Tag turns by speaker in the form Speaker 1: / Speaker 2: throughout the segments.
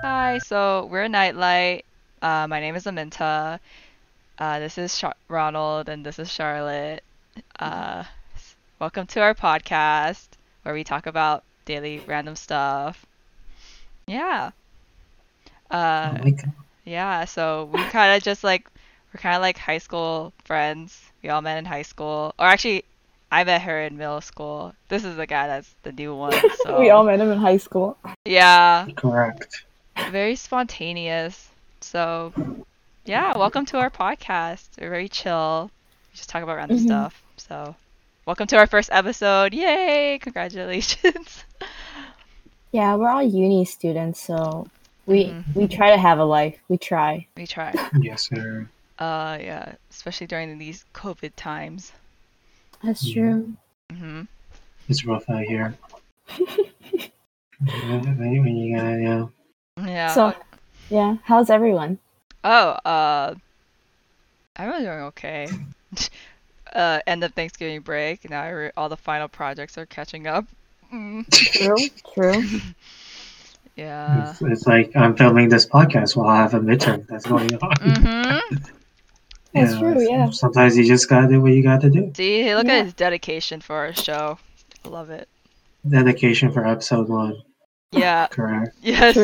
Speaker 1: Hi, so we're Nightlight. Uh, my name is Aminta. Uh, this is Char- Ronald, and this is Charlotte. Uh, s- welcome to our podcast where we talk about daily random stuff. Yeah.
Speaker 2: Oh
Speaker 1: Uh,
Speaker 2: my god.
Speaker 1: yeah, so we kind of just like, we're kind of like high school friends. We all met in high school. Or actually, I met her in middle school. This is the guy that's the new one,
Speaker 3: We all
Speaker 1: so
Speaker 3: met him in high school.
Speaker 1: yeah.
Speaker 2: Correct.
Speaker 1: very spontaneous. So, yeah, welcome to our podcast. We're very chill. We just talk about random
Speaker 3: Mhm.
Speaker 1: stuff. So, welcome to our first episode. Yay! Congratulations.
Speaker 3: Yeah, we're all uni students, so we
Speaker 1: Mhm.
Speaker 3: we try to have a life. We try.
Speaker 1: We try.
Speaker 2: Yes, sir.
Speaker 1: Uh, yeah, especially during these COVID times.
Speaker 3: That's
Speaker 2: Mhm. true.
Speaker 1: hmm
Speaker 2: It's rough out here. yeah, maybe, yeah, yeah.
Speaker 1: Yeah.
Speaker 3: So, yeah, how's everyone?
Speaker 1: oh, uh, I'm really doing okay. uh, end of Thanksgiving break. Now I re- all the final projects are catching up. Mm,
Speaker 3: True, true.
Speaker 1: yeah.
Speaker 3: Uh,
Speaker 2: It's, it's like I'm filming this podcast while I have a midterm that's going on.
Speaker 1: hmm
Speaker 3: Mm-hmm. That's true,
Speaker 2: it's-
Speaker 3: yeah.
Speaker 2: Sometimes you just gotta do what you gotta do.
Speaker 1: See, look
Speaker 3: Yeah.
Speaker 1: at his dedication for our show. I love it.
Speaker 2: Dedication for episode one.
Speaker 1: Yeah.
Speaker 2: Correct.
Speaker 1: Yes.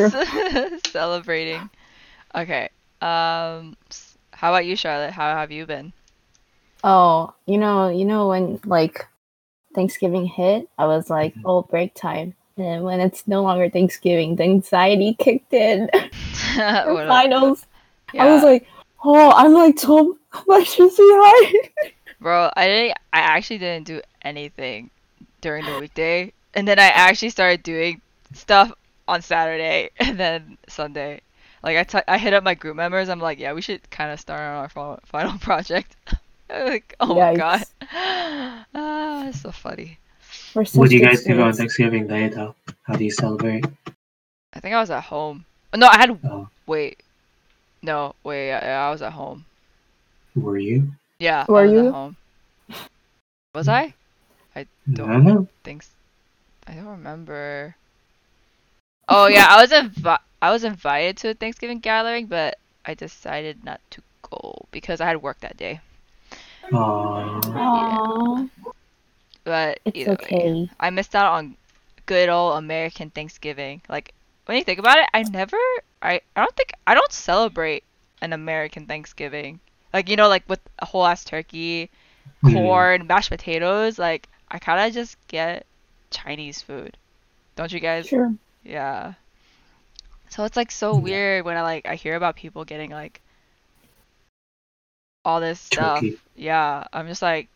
Speaker 1: Celebrating. Okay. Um s- how about you, Charlotte? How have you been?
Speaker 3: Oh, you know, you know when like Thanksgiving hit, I was like,
Speaker 2: Mhm.
Speaker 3: oh, break time. And when it's no longer Thanksgiving, the anxiety kicked in. for
Speaker 1: What up?
Speaker 3: finals. I
Speaker 1: Yeah.
Speaker 3: was like, oh, I'm like 12 questions behind.
Speaker 1: Bro, I didn't, I actually didn't do anything during the weekday. And then I actually started doing stuff on Saturday and then Sunday. Like I t- I hit up my group members. I'm like, yeah, we should kind of start on our final, final project. like, oh my god.
Speaker 3: Yikes.
Speaker 1: Ah, it's so funny.
Speaker 3: We're
Speaker 2: What
Speaker 3: such
Speaker 2: do you
Speaker 3: good
Speaker 2: guys do on
Speaker 3: students.
Speaker 2: Thanksgiving Day, though? How do you celebrate?
Speaker 1: I think I was at home. No, I had.
Speaker 2: Oh,
Speaker 1: Wait. No, wait. I, I was at home.
Speaker 2: were you?
Speaker 1: Yeah, I
Speaker 3: Were
Speaker 1: was
Speaker 3: you?
Speaker 1: at home. Was I?
Speaker 2: I
Speaker 1: Don't-
Speaker 2: don't know.
Speaker 1: Thanks. I don't remember. Oh yeah, I was invi- I was invited to a Thanksgiving gathering, but I decided not to go because I had work that day.
Speaker 2: Aw.
Speaker 3: Aw,
Speaker 1: But
Speaker 3: it's
Speaker 1: either way,
Speaker 3: okay.
Speaker 1: I missed out on good old American Thanksgiving. Like when you think about it, I never I, I don't think I don't celebrate an American Thanksgiving. Like you know, like with a whole ass turkey,
Speaker 2: Mm.
Speaker 1: corn, mashed potatoes, like I kinda just get Chinese food. Don't you guys?
Speaker 3: Sure.
Speaker 1: Yeah. So it's like so
Speaker 2: Yeah.
Speaker 1: weird when I like I hear about people getting like all this stuff.
Speaker 2: Turkey.
Speaker 1: Yeah. I'm just like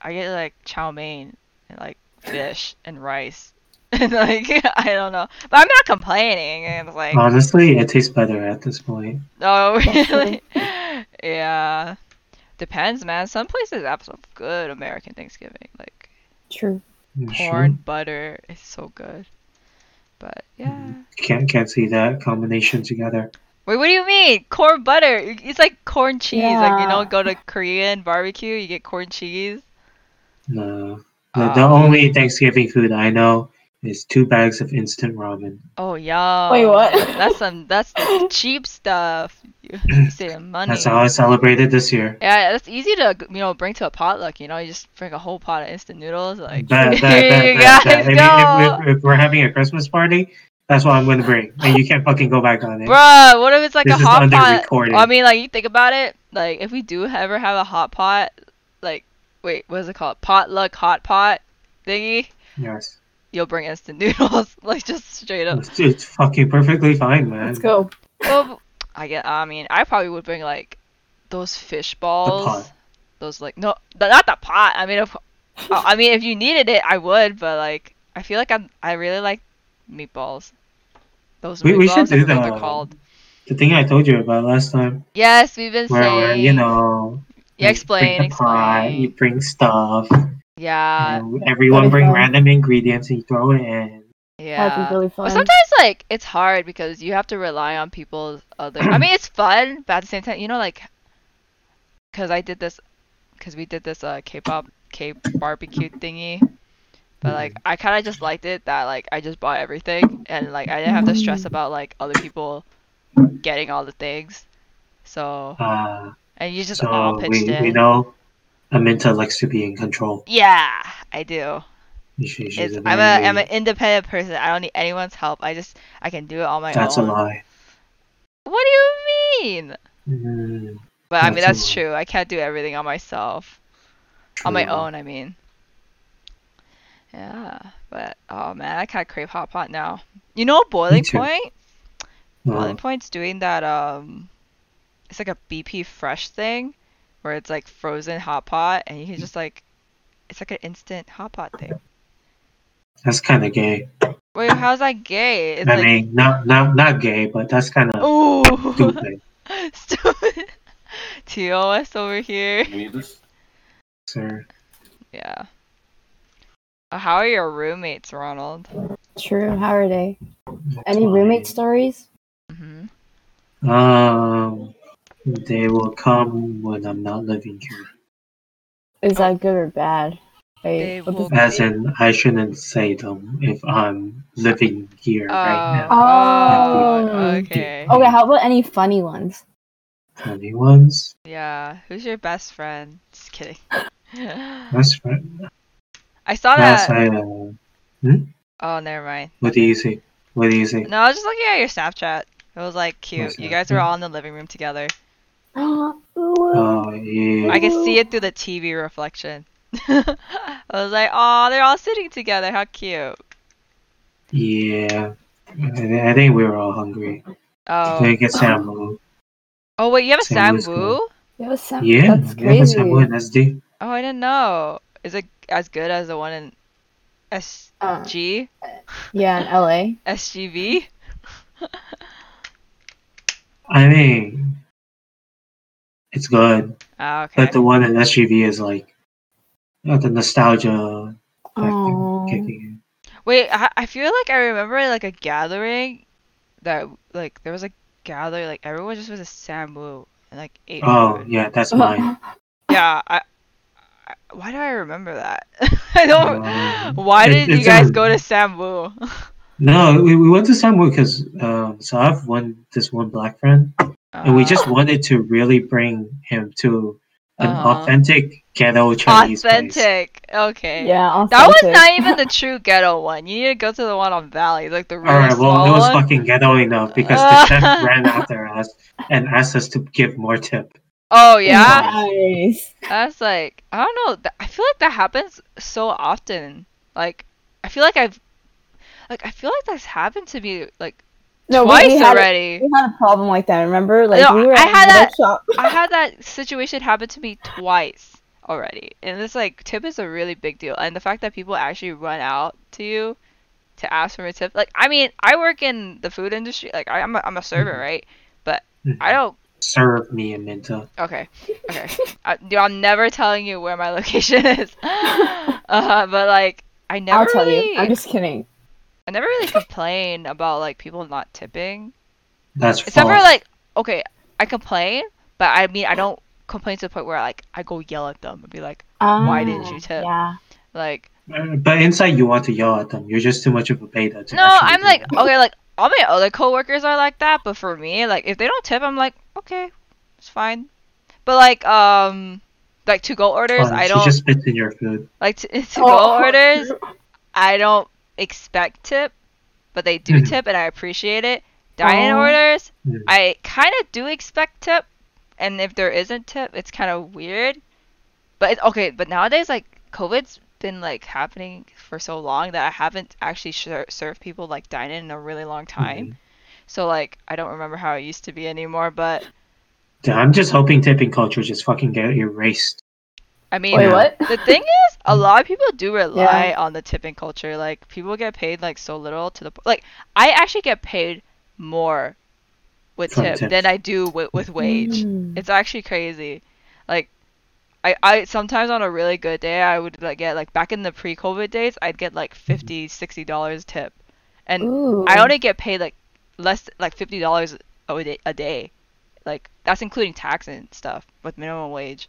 Speaker 1: I get like chow mein and like fish and rice. And like I don't know. But I'm not complaining and it's like
Speaker 2: Honestly, it tastes better at this point.
Speaker 1: no
Speaker 3: That's true.
Speaker 1: really Yeah. Depends man. Some places have some good American Thanksgiving. Like
Speaker 3: True.
Speaker 1: corn, butter, it's so good. But yeah.
Speaker 2: Can't can't see that combination together.
Speaker 1: Wait, what do you mean? Corn butter. It's like corn cheese. Like you
Speaker 3: Yeah.
Speaker 1: don't go to Korean barbecue, you get corn cheese.
Speaker 2: No. The, the
Speaker 3: Um,
Speaker 1: Oh.
Speaker 2: only Thanksgiving food I know is two bags of instant ramen.
Speaker 1: Oh yeah.
Speaker 3: Wait, what?
Speaker 1: That's some. That's the cheap stuff. You, you save money.
Speaker 2: That's how I celebrated this year.
Speaker 1: Yeah, that's easy to you know bring to a potluck. You know, you just bring a whole pot of instant noodles. Like
Speaker 2: That, that,
Speaker 1: you
Speaker 2: that,
Speaker 1: guys
Speaker 2: that, that. I mean,
Speaker 1: go.
Speaker 2: if, if, if we're having a Christmas party, that's what I'm going to bring. And you can't fucking go back on it.
Speaker 1: Bruh, what if it's like
Speaker 2: This
Speaker 1: a
Speaker 2: is
Speaker 1: hot
Speaker 2: under
Speaker 1: pot?
Speaker 2: recording.
Speaker 1: I mean, like you think about it, like if we do ever have a hot pot, like wait, what is it called? Potluck hot pot thingy.
Speaker 2: Yes.
Speaker 1: You'll bring instant noodles, like just straight up.
Speaker 2: It's, it's fucking perfectly fine, man.
Speaker 3: Let's go.
Speaker 1: Well, I get. I mean, I probably would bring like those fish balls.
Speaker 2: pot.
Speaker 1: Those like no, th- not the pot. I mean, if I I mean if you needed it, I would. But like, I feel like I'm. I really like meatballs. Those
Speaker 2: We-
Speaker 1: meatballs.
Speaker 2: we should
Speaker 1: I
Speaker 2: do
Speaker 1: forget what they're
Speaker 2: the-
Speaker 1: called.
Speaker 2: The thing I told you about last time,
Speaker 1: Yes, we've been
Speaker 2: where, where
Speaker 1: saying.
Speaker 2: you know,
Speaker 1: Yeah,
Speaker 2: you
Speaker 1: explain, Uh,
Speaker 2: bring the pot, you
Speaker 1: explain.
Speaker 2: bring stuff,
Speaker 1: Yeah,
Speaker 2: you know, everyone
Speaker 3: That'd be
Speaker 2: bring
Speaker 3: fun.
Speaker 2: random ingredients and you throw it in.
Speaker 3: That'd
Speaker 1: yeah.
Speaker 3: be really fun.
Speaker 1: But sometimes like it's hard because you have to rely on people's other. I mean, it's fun, but at the same time, you know, like, cause I did this, cause we did this uh K-pop K barbecue thingy. But like I kind of just liked it that like I just bought everything and like I didn't have to stress about like other people getting all the things. So
Speaker 2: Uh,
Speaker 1: and you just all
Speaker 2: so
Speaker 1: pitched
Speaker 2: we, we
Speaker 1: in.
Speaker 2: know Aminta likes to be in control.
Speaker 1: Yeah, I do.
Speaker 2: She, she's
Speaker 1: It's,
Speaker 2: a
Speaker 1: I'm a I'm
Speaker 2: very-
Speaker 1: an independent person. I don't need anyone's help. I just I can do it on my
Speaker 2: That's a
Speaker 1: own.
Speaker 2: lie.
Speaker 1: What do you mean?
Speaker 2: Mm,
Speaker 1: But I mean
Speaker 2: That's a
Speaker 1: that's
Speaker 2: lie.
Speaker 1: true. I can't do everything on myself. on my
Speaker 2: true.
Speaker 1: own, I mean. Yeah, but oh man, I kind of crave hot pot now. You know, Boiling
Speaker 2: too.
Speaker 1: Point. Boiling
Speaker 2: Well,
Speaker 1: Point's doing that. Um, it's like a BP Fresh thing, where it's like frozen hot pot, and you can just like, it's like an instant hot pot thing.
Speaker 2: that's kind of gay.
Speaker 1: Wait, how's that gay? It's
Speaker 2: I
Speaker 1: like,
Speaker 2: mean, not not not gay, but that's kind of
Speaker 1: ooh,
Speaker 2: stupid.
Speaker 1: stupid. TOS over here.
Speaker 4: Meters?
Speaker 2: Sir.
Speaker 1: Yeah. Uh, How are your roommates, Ronald?
Speaker 3: True. How are they? Any roommate stories?
Speaker 1: hmm
Speaker 2: Um, they will come when I'm not living here.
Speaker 3: Is that good or bad? Wait,
Speaker 1: They
Speaker 3: what
Speaker 1: will-
Speaker 2: As
Speaker 3: does-
Speaker 2: in, I shouldn't say them if I'm living here right now.
Speaker 1: Oh,
Speaker 3: Oh.
Speaker 1: okay.
Speaker 2: Oh.
Speaker 3: okay, how about any funny ones?
Speaker 2: Funny ones,
Speaker 1: Yeah, who's your best friend? Just kidding. I
Speaker 2: that's right.
Speaker 1: saw
Speaker 2: That's
Speaker 1: that.
Speaker 2: I, uh,
Speaker 1: Oh, never mind.
Speaker 2: what do you think? What do you think?
Speaker 1: No, I was just looking at your Snapchat. It was like cute.
Speaker 2: What's
Speaker 1: You
Speaker 2: that?
Speaker 1: guys were all in the living room together.
Speaker 2: Oh,
Speaker 1: I
Speaker 2: yeah.
Speaker 1: could see it through the TV reflection. I was like, oh, they're all sitting together. How cute.
Speaker 2: Yeah. I thi- I think we were all hungry. I
Speaker 1: Oh,
Speaker 2: think it's Samu.
Speaker 1: oh wait, you have a
Speaker 2: Sam was
Speaker 1: Sambu?
Speaker 3: It was some-
Speaker 2: Yeah,
Speaker 3: that's
Speaker 2: we have a
Speaker 3: crazy.
Speaker 2: Samu and SD.
Speaker 1: Oh, I didn't know. Is it as good as the one in SG?
Speaker 3: Uh, yeah, in LA.
Speaker 1: SGV?
Speaker 2: I mean, it's good,
Speaker 1: Ah, okay.
Speaker 2: but the one in SGV is like uh, the nostalgia
Speaker 3: Oh,
Speaker 2: factor kicking in.
Speaker 1: Wait, I, I feel like I remember like a gathering that like there was a gathering like everyone just was a sambu and like ate
Speaker 2: Oh,
Speaker 1: food.
Speaker 2: yeah, that's mine.
Speaker 1: Yeah, I, I why do I remember that? I don't.
Speaker 2: Um,
Speaker 1: why
Speaker 2: it-
Speaker 1: did you
Speaker 2: it's
Speaker 1: guys
Speaker 2: a-
Speaker 1: go to sambu?
Speaker 2: No, we, we went to Samu because um, so I have one this one black friend, and we just wanted to really bring him to an
Speaker 1: Uh-huh.
Speaker 2: authentic ghetto Chinese place.
Speaker 1: authentic. Okay.
Speaker 3: yeah,
Speaker 1: That was
Speaker 3: authentic.
Speaker 1: not even the true ghetto one. You need to go to the one on Valley, like the really
Speaker 2: All right, well, it
Speaker 1: small
Speaker 2: was
Speaker 1: one.
Speaker 2: fucking ghetto enough because the chef ran after us and asked us to give more tip.
Speaker 1: Oh yeah,
Speaker 3: Nice.
Speaker 1: That's like I don't know. th- I feel like that happens so often. Like I feel like I've like I feel like that's happened to me like
Speaker 3: No, we-
Speaker 1: twice
Speaker 3: we had,
Speaker 1: already.
Speaker 3: We had a problem like that. Remember, like
Speaker 1: No,
Speaker 3: we were
Speaker 1: I
Speaker 3: at
Speaker 1: had
Speaker 3: the
Speaker 1: that-
Speaker 3: shop.
Speaker 1: I had that situation happen to me twice already, and it's like tip is a really big deal. And the fact that people actually run out to you to ask for a tip, like I mean, I work in the food industry. Like I, I'm a, I'm a server,
Speaker 3: Mm-hmm.
Speaker 1: right?
Speaker 2: Mhm.
Speaker 1: I don't.
Speaker 2: Serve me a Minta.
Speaker 1: Okay. Okay. I, dude, I'm never telling you where my location is. uh, but like, I never.
Speaker 3: I'll tell
Speaker 1: really...
Speaker 3: you. I'm just kidding.
Speaker 1: I never really complain about like people not tipping.
Speaker 2: That's
Speaker 1: Except for
Speaker 2: false.
Speaker 1: like okay, I complain, but I mean I don't complain to the point where like I go yell at them and be like
Speaker 2: Why
Speaker 3: Ah,
Speaker 2: didn't
Speaker 1: you tip?
Speaker 3: Yeah.
Speaker 1: like
Speaker 2: Uh, But inside, you want to yell at them. You're just too much of a beta. To
Speaker 1: no,
Speaker 2: actually
Speaker 1: I'm
Speaker 2: do
Speaker 1: like
Speaker 2: that.
Speaker 1: okay, like all my other coworkers are like that, but for me, like if they don't tip, I'm like okay, it's fine. But like um like to go orders,
Speaker 2: Fine,
Speaker 1: I
Speaker 2: she
Speaker 1: don't
Speaker 2: just spits in your food.
Speaker 1: like to, to
Speaker 3: Oh,
Speaker 1: go orders. I don't expect tip, but they do
Speaker 2: Mhm.
Speaker 1: tip, and I appreciate it. Dine-in
Speaker 3: Oh.
Speaker 1: orders,
Speaker 2: Mm.
Speaker 1: I kind of do expect tip, and if there isn't tip, it's kind of weird. But it's okay. But nowadays, like COVID's been like happening for so long that I haven't actually ser- served people like dine-in in a really long
Speaker 2: Hmm.
Speaker 1: time.
Speaker 2: Mm-hmm.
Speaker 1: So like I don't remember how it used to be anymore. But
Speaker 2: Dude, I'm just hoping tipping culture just fucking get erased.
Speaker 1: I mean,
Speaker 3: Wait,
Speaker 2: Yeah.
Speaker 3: what?
Speaker 1: the thing is, a lot of people do rely on the tipping culture. Like people get paid like so little to the po- like I actually get paid more with
Speaker 2: From
Speaker 1: tip
Speaker 2: tips.
Speaker 1: than I do with, with wage.
Speaker 3: Mm.
Speaker 1: It's actually crazy. Like I, I sometimes on a really good day I would like get like back in the pre-COVID days I'd get like 50 60 dollars tip. And
Speaker 3: Ooh.
Speaker 1: I only get paid like less like fifty dollars a day, a day, like that's including tax and stuff with minimum wage.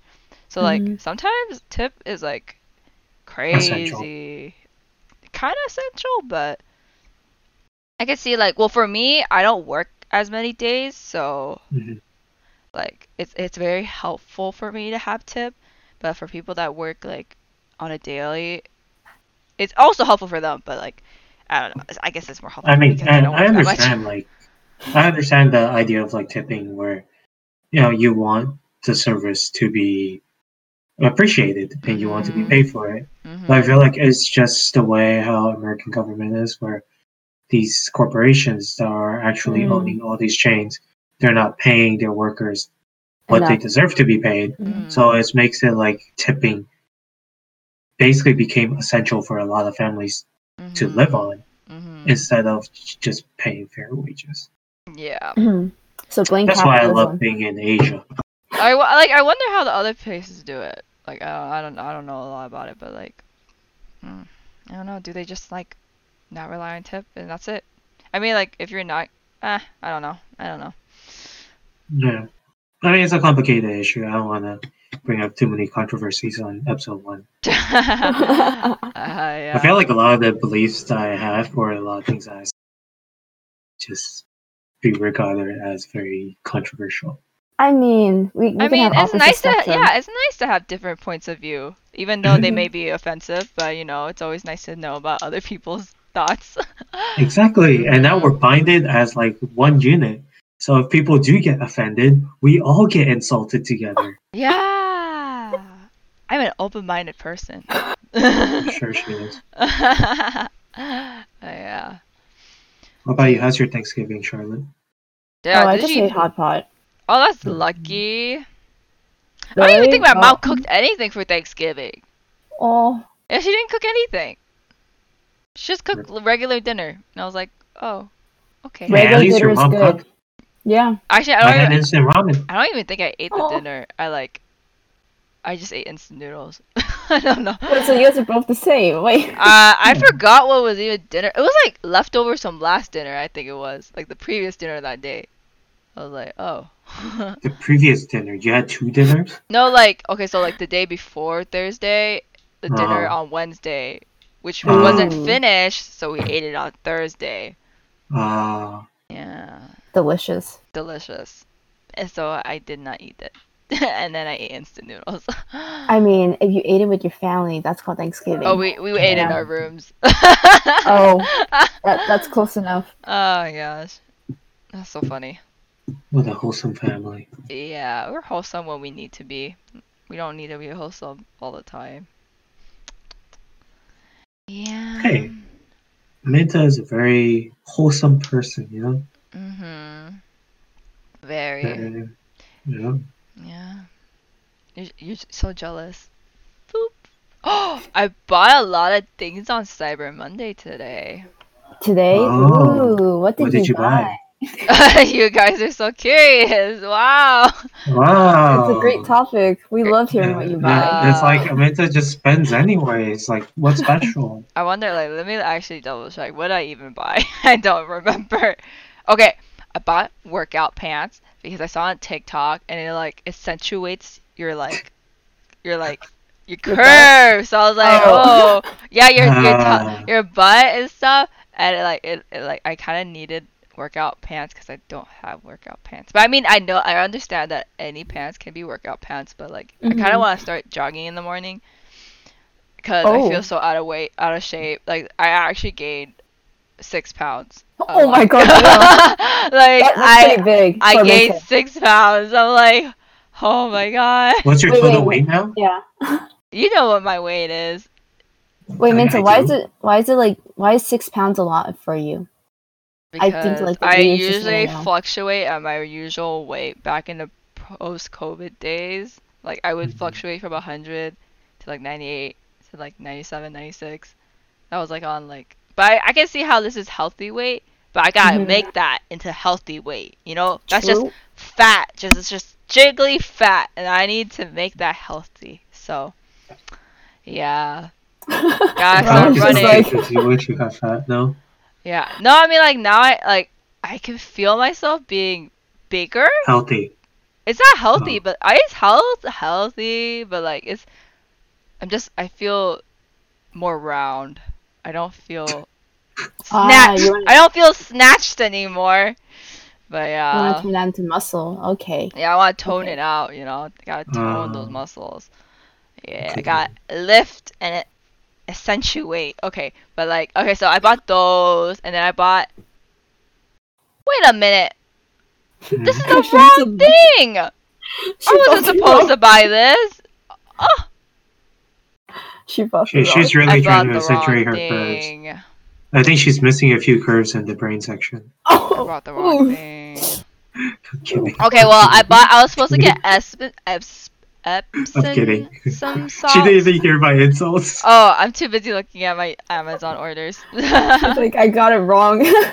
Speaker 1: So like
Speaker 3: Mhm.
Speaker 1: sometimes tip is like
Speaker 2: Essential.
Speaker 1: crazy. kind of essential, but I can see like well for me, I don't work as many days, so
Speaker 2: Mhm.
Speaker 1: like it's it's very helpful for me to have tip, but for people that work like on a daily, it's also helpful for them, but like I don't know. I guess it's more helpful.
Speaker 2: I mean,
Speaker 1: because they
Speaker 2: and
Speaker 1: don't
Speaker 2: I
Speaker 1: work that much.
Speaker 2: understand like I understand the idea of like tipping where you know you want the service to be appreciated and you want to be
Speaker 1: Mhm.
Speaker 2: paid for it.
Speaker 1: Mhm.
Speaker 2: But I
Speaker 3: Mm.
Speaker 2: feel like it's just the way how American government is, where these corporations that are actually
Speaker 3: Mm.
Speaker 2: owning all these chains, they're not paying their workers what they
Speaker 3: Enough.
Speaker 2: deserve to be paid.
Speaker 1: Mhm.
Speaker 2: So
Speaker 3: Mm.
Speaker 2: it makes it like tipping basically became essential for a lot of families to
Speaker 3: Mm.
Speaker 1: Mhm.
Speaker 2: live on
Speaker 1: Mhm.
Speaker 2: instead of j- just paying fair wages.
Speaker 1: Yeah.
Speaker 3: so blame
Speaker 2: That's why I
Speaker 3: capitalism.
Speaker 2: love being in Asia.
Speaker 1: I wo- like. I wonder how the other places do it. Like, I don't, I don't, I don't know a lot about it, but like, mm, I don't know. Do they just like not rely on tip and that's it? I mean, like, if you're not, eh, I don't know. I don't know.
Speaker 2: Yeah. I mean, it's a complicated issue. I don't want to bring up too many controversies on episode one.
Speaker 1: uh,
Speaker 2: I
Speaker 1: yeah.
Speaker 2: feel like a lot of the beliefs that I have or a lot of things I s- just be regarded as very controversial.
Speaker 3: I mean, we, we
Speaker 1: I
Speaker 3: can
Speaker 1: mean,
Speaker 3: have
Speaker 1: it's
Speaker 3: opposite
Speaker 1: nice to
Speaker 3: spectrum.
Speaker 1: yeah, it's nice to have different points of view, even though they
Speaker 3: Mhm.
Speaker 1: may be offensive. But you know, it's always nice to know about other people's thoughts.
Speaker 2: Exactly. And now we're binded as like one unit. So if people do get offended, we all get insulted together.
Speaker 1: yeah, I'm an open-minded person.
Speaker 2: sure she is.
Speaker 1: yeah.
Speaker 2: What about you? How's your Thanksgiving, Charlotte?
Speaker 1: Yeah,
Speaker 3: oh, I
Speaker 1: did
Speaker 3: just
Speaker 1: you-
Speaker 3: ate hot pot.
Speaker 1: Oh, that's lucky. I don't even think my
Speaker 3: Really?
Speaker 1: mom
Speaker 3: Oh.
Speaker 1: cooked anything for Thanksgiving.
Speaker 3: Oh,
Speaker 1: Yeah, she didn't cook anything. She just cooked l- regular dinner, and I was like, oh, okay.
Speaker 2: Yeah, at
Speaker 3: regular
Speaker 2: least
Speaker 3: dinner
Speaker 2: your
Speaker 3: is
Speaker 2: mom
Speaker 3: good.
Speaker 2: cooked.
Speaker 3: Yeah.
Speaker 1: Actually, I
Speaker 2: I
Speaker 1: don't.
Speaker 2: had
Speaker 1: Even,
Speaker 2: instant ramen.
Speaker 1: I don't even think I ate the
Speaker 3: Oh.
Speaker 1: dinner. I like. I just ate instant noodles. I don't know.
Speaker 3: Wait, so you guys are both the same. Wait.
Speaker 1: Uh, I
Speaker 2: Yeah.
Speaker 1: forgot what was even dinner. It was like leftovers from last dinner. I think it was like the previous dinner that day. I was like, oh.
Speaker 2: The previous dinner, you had two dinners?
Speaker 1: No, like okay, so like the day before Thursday, the dinner
Speaker 2: Uh-huh.
Speaker 1: on Wednesday, which
Speaker 2: Uh-huh.
Speaker 1: wasn't
Speaker 3: Ooh.
Speaker 1: finished, so we ate it on Thursday.
Speaker 2: Uh,
Speaker 1: Yeah,
Speaker 3: Delicious.
Speaker 1: delicious. And so I did not eat it, and then I ate instant noodles.
Speaker 3: I mean, if you ate it with your family, that's called Thanksgiving.
Speaker 1: oh, we we ate in
Speaker 2: Yeah.
Speaker 1: our rooms.
Speaker 3: Oh, that, that's close enough.
Speaker 1: Oh my gosh, that's so funny.
Speaker 2: what a wholesome family.
Speaker 1: Yeah, we're wholesome when we need to be. We don't need to be wholesome all the time. Yeah.
Speaker 2: Hey. Minta is a very wholesome person, you know?
Speaker 1: Mm-hmm. Very.
Speaker 2: Uh, you know?
Speaker 1: Yeah. You're, you're so jealous. Boop. Oh, I bought a lot of things on Cyber Monday today.
Speaker 3: Today,
Speaker 2: Oh.
Speaker 3: ooh, what did,
Speaker 2: What did you buy?
Speaker 1: you guys are so curious. Wow.
Speaker 2: Wow.
Speaker 3: It's a great topic. We love hearing what you buy.
Speaker 1: Yeah.
Speaker 2: It's like Minta just spends anyway. It's like, what's special?
Speaker 1: I wonder, like, let me actually double check. What did I even buy? I don't remember. Okay, I bought workout pants because I saw on TikTok and it like accentuates your like, your like, your
Speaker 3: Your butt.
Speaker 1: curves. So I was like,
Speaker 3: Oh.
Speaker 1: oh, yeah, your your,
Speaker 2: Ah.
Speaker 1: to- your butt and stuff. And it, like, it, it like, I kind of needed workout pants because I don't have workout pants. But I mean, I know, I understand that any pants can be workout pants, but like, I kind
Speaker 3: Mhm.
Speaker 1: of want to start jogging in the morning because I
Speaker 3: Oh.
Speaker 1: feel so out of weight, out of shape. Like I actually gained six pounds.
Speaker 3: Oh my god, yeah.
Speaker 1: like
Speaker 3: that, that's pretty
Speaker 1: I
Speaker 3: big.
Speaker 1: I
Speaker 3: for
Speaker 1: gained
Speaker 3: Minta.
Speaker 1: six pounds. I'm like, oh my god.
Speaker 2: What's your
Speaker 3: Wait,
Speaker 2: total
Speaker 3: wait,
Speaker 2: weight now?
Speaker 3: Yeah.
Speaker 1: You know what my weight is.
Speaker 3: Wait,
Speaker 2: I-
Speaker 3: Minta,
Speaker 2: I
Speaker 3: why
Speaker 2: do.
Speaker 3: is it why is it like why is six pounds a lot for you? I
Speaker 1: Because
Speaker 3: think,
Speaker 1: I,
Speaker 3: like, the age is
Speaker 1: usually
Speaker 3: normal.
Speaker 1: fluctuate at my usual weight back in the post COVID days. Like I would
Speaker 3: Mm-hmm.
Speaker 2: Mhm.
Speaker 1: fluctuate from 100 to like 98 to like 97, 96. That was like on like, but I, I can see how this is healthy weight, but I gotta
Speaker 3: Mhm.
Speaker 1: make that into healthy weight. You know, that's just
Speaker 3: True.
Speaker 1: fat. Just it's just jiggly fat, and I need to make that healthy. So, yeah, gotta
Speaker 3: Right,
Speaker 1: start
Speaker 3: it's just
Speaker 1: running.
Speaker 3: like-
Speaker 2: Because you wish you got fat, no?
Speaker 1: Yeah. No, I mean like now I like I can feel myself being bigger.
Speaker 2: Healthy.
Speaker 1: It's not healthy,
Speaker 2: Oh.
Speaker 1: but I it's health healthy, but like it's I'm just I feel more round. I don't feel
Speaker 3: Ah,
Speaker 1: snatched.
Speaker 3: you wanna-
Speaker 1: I don't feel snatched anymore. But
Speaker 3: You want
Speaker 1: yeah,
Speaker 3: to turn down to muscle. Okay.
Speaker 1: yeah, I want to tone
Speaker 3: Okay.
Speaker 1: it out. You know, gotta tone those
Speaker 2: Ah.
Speaker 1: muscles. Yeah, I
Speaker 2: Okay.
Speaker 1: got lift and accentuate. Okay, but like, okay, so I bought those, and then I bought. Wait a minute, this is
Speaker 3: She's
Speaker 1: the
Speaker 3: a-
Speaker 1: wrong thing. I wasn't supposed to buy this. Oh,
Speaker 3: She bought
Speaker 2: She-
Speaker 3: the wrong-
Speaker 2: she's really
Speaker 1: I
Speaker 2: trying
Speaker 1: bought
Speaker 2: to
Speaker 1: the wrong
Speaker 2: accentuate her curves.
Speaker 1: thing. I
Speaker 2: I think she's missing a few curves in the brain section.
Speaker 3: Oh,
Speaker 1: bought the wrong
Speaker 3: Ooh.
Speaker 1: thing.
Speaker 2: I'm kidding.
Speaker 1: Okay, well, I bought. I was supposed to get Espen, Eps, Epsom,
Speaker 2: kidding.
Speaker 1: some
Speaker 2: She
Speaker 1: salt.
Speaker 2: didn't even hear my insults.
Speaker 1: Oh, I'm too busy looking at my Amazon orders.
Speaker 3: she's like I got it wrong.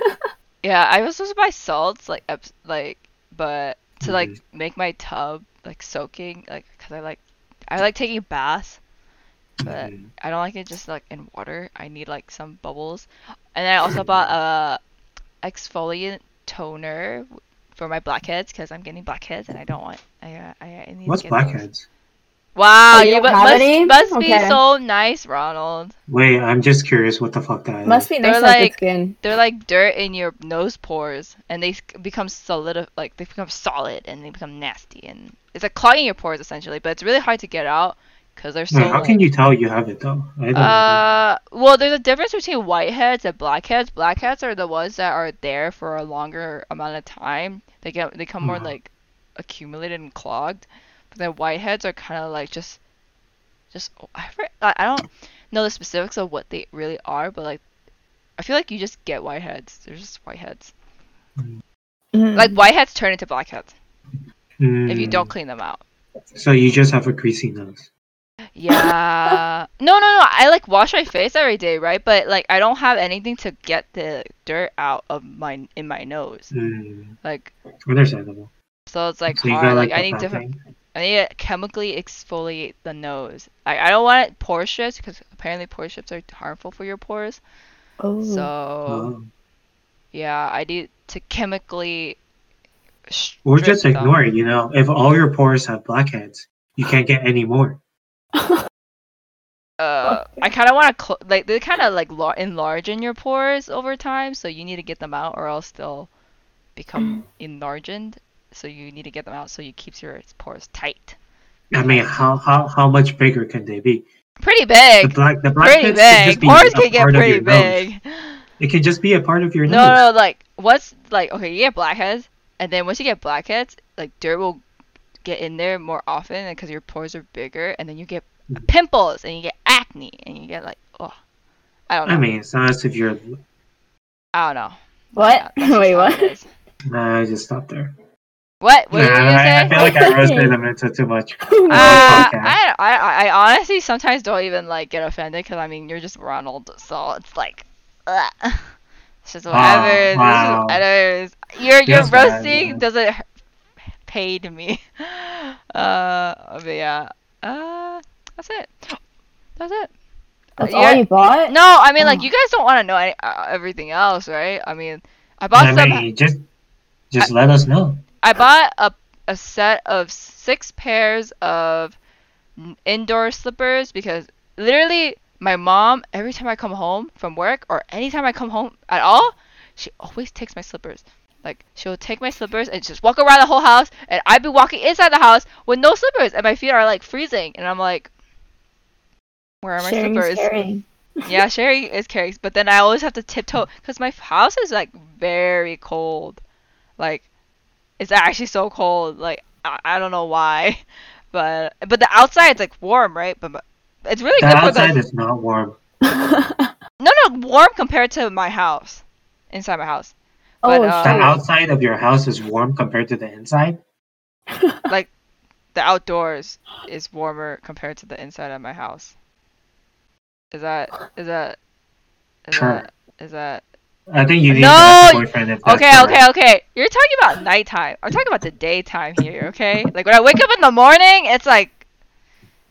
Speaker 1: Yeah, I was supposed to buy salts, like eps- like, but to like
Speaker 2: Mm-hmm.
Speaker 1: make my tub like soaking, like, cause I like, I like taking baths, but
Speaker 2: Mhm.
Speaker 1: I don't like it just like in water. I need like some bubbles, and then I also bought a exfoliant toner w- for my blackheads, cause I'm getting blackheads, and I don't want. I uh, I, I need
Speaker 2: What's
Speaker 1: to get those.
Speaker 2: blackheads?
Speaker 1: Wow,
Speaker 3: Oh, you
Speaker 1: you,
Speaker 3: don't
Speaker 1: mu-
Speaker 3: have
Speaker 1: must
Speaker 3: any?
Speaker 1: must be
Speaker 3: Okay.
Speaker 1: so nice, Ronald.
Speaker 2: Wait, I'm just curious what the fuck that is.
Speaker 3: Must be nice
Speaker 1: They're
Speaker 3: like,
Speaker 1: like-
Speaker 3: skin.
Speaker 1: They're like dirt in your nose pores, and they s- become solid. Like they become solid, and they become nasty, and it's like clogging your pores essentially. But it's really hard to get out because they're so.
Speaker 2: Wait, how can
Speaker 1: like-
Speaker 2: you tell you have it though? I don't know.
Speaker 1: Uh, well, there's a difference between whiteheads and blackheads. Blackheads are the ones that are there for a longer amount of time. They get they come more
Speaker 2: Mhm.
Speaker 1: like accumulated and clogged. But then whiteheads are kind of like just, just oh, I for- I I don't know the specifics of what they really are, but like I feel like you just get whiteheads. They're just whiteheads.
Speaker 3: Mm.
Speaker 1: Like whiteheads turn into blackheads if you
Speaker 2: Mm.
Speaker 1: don't clean them out.
Speaker 2: So you just have a greasy nose.
Speaker 1: Yeah. no, no, no. I like wash my face every day, right? But like I don't have anything to get the dirt out of my in my nose.
Speaker 2: Mm.
Speaker 1: Like
Speaker 2: Understandable.
Speaker 1: so it's like
Speaker 2: so you
Speaker 1: hard.
Speaker 2: got
Speaker 1: Like,
Speaker 2: like,
Speaker 1: I
Speaker 2: the
Speaker 1: need
Speaker 2: fat
Speaker 1: different
Speaker 2: thing.
Speaker 1: I need to chemically exfoliate the nose. I I don't want it pore strips because apparently pore strips are harmful for your pores.
Speaker 3: oh,
Speaker 1: So
Speaker 2: Oh.
Speaker 1: yeah, I need to chemically strip
Speaker 2: Or just
Speaker 1: them.
Speaker 2: ignore it. You know, if all your pores have blackheads, you can't get any more.
Speaker 1: uh, I kind of want to cl- like they kind of like lar- enlarge in your pores over time, so you need to get them out, or else they'll
Speaker 2: Mm.
Speaker 1: become enlargened. So you need to get them out so you keeps your pores tight.
Speaker 2: I mean, how how how much bigger can they be?
Speaker 1: Pretty
Speaker 2: The
Speaker 1: big,
Speaker 2: black the
Speaker 1: pretty
Speaker 2: blackheads can just
Speaker 1: big.
Speaker 2: be
Speaker 1: Pores
Speaker 2: a
Speaker 1: can get
Speaker 2: part of
Speaker 1: pretty
Speaker 2: your nose.
Speaker 1: big.
Speaker 2: It can just be a part of your
Speaker 1: No,
Speaker 2: nose.
Speaker 1: no, like what's like okay, you get blackheads, and then once you get blackheads, like dirt will get in there more often because your pores are bigger, and then you get
Speaker 2: Mhm.
Speaker 1: pimples and you get acne and you get like oh, I don't know,
Speaker 2: I mean, it's not as if you're.
Speaker 1: I don't know.
Speaker 3: what?
Speaker 1: Yeah, that's just
Speaker 3: Wait,
Speaker 1: how it
Speaker 3: what?
Speaker 1: is.
Speaker 2: Nah, I just stopped there.
Speaker 1: What? What
Speaker 2: Nah,
Speaker 1: were you gonna
Speaker 2: I,
Speaker 1: say?
Speaker 2: I feel like I roasted them into too much.
Speaker 1: Uh,
Speaker 2: okay.
Speaker 1: I, I, I honestly sometimes don't even like get offended because I mean you're just Ronald, so it's like, ugh. it's just whatever. this is
Speaker 2: Oh, wow.
Speaker 1: what it is. You're you're
Speaker 2: That's bad,
Speaker 1: roasting
Speaker 2: man.
Speaker 1: doesn't h- pay to me. Uh, but yeah, uh, that's it. That's it.
Speaker 3: That's
Speaker 1: Yeah.
Speaker 3: all you bought?
Speaker 1: No, I mean like
Speaker 2: Hmm.
Speaker 3: Oh.
Speaker 1: you guys don't want to know any, uh, everything else, right? I mean, I bought
Speaker 2: I
Speaker 1: some.
Speaker 2: mean, just just let us know.
Speaker 1: I bought a, a set of six pairs of n- indoor slippers because literally my mom, every time I come home from work or anytime I come home at all, she always takes my slippers. Like, she'll take my slippers and just walk around the whole house, and I'd be walking inside the house with no slippers, and my feet are like freezing, and I'm like, where are my
Speaker 3: Sharing's
Speaker 1: slippers?
Speaker 3: caring.
Speaker 1: yeah, Sherry is carrying, but then I always have to tiptoe because my house is like very cold. Like, it's actually so cold. Like, I, I don't know why, but but the outside's like warm, right? But, but it's really
Speaker 2: The
Speaker 1: good for the
Speaker 2: outside is not warm.
Speaker 1: no no warm compared to my house, inside my house.
Speaker 3: oh,
Speaker 1: uh,
Speaker 2: The
Speaker 1: Oh.
Speaker 3: shoot.
Speaker 2: outside of your house is warm compared to the inside.
Speaker 1: The outdoors is warmer compared to the inside of my house. Is that is that is
Speaker 2: Sure.
Speaker 1: that is that
Speaker 2: I think you need
Speaker 1: No,
Speaker 2: to ask your
Speaker 1: you-
Speaker 2: boyfriend if that's
Speaker 1: Okay,
Speaker 2: correct.
Speaker 1: okay, okay. You're talking about nighttime. I'm talking about the daytime here, okay? Like when I wake up in the morning, it's like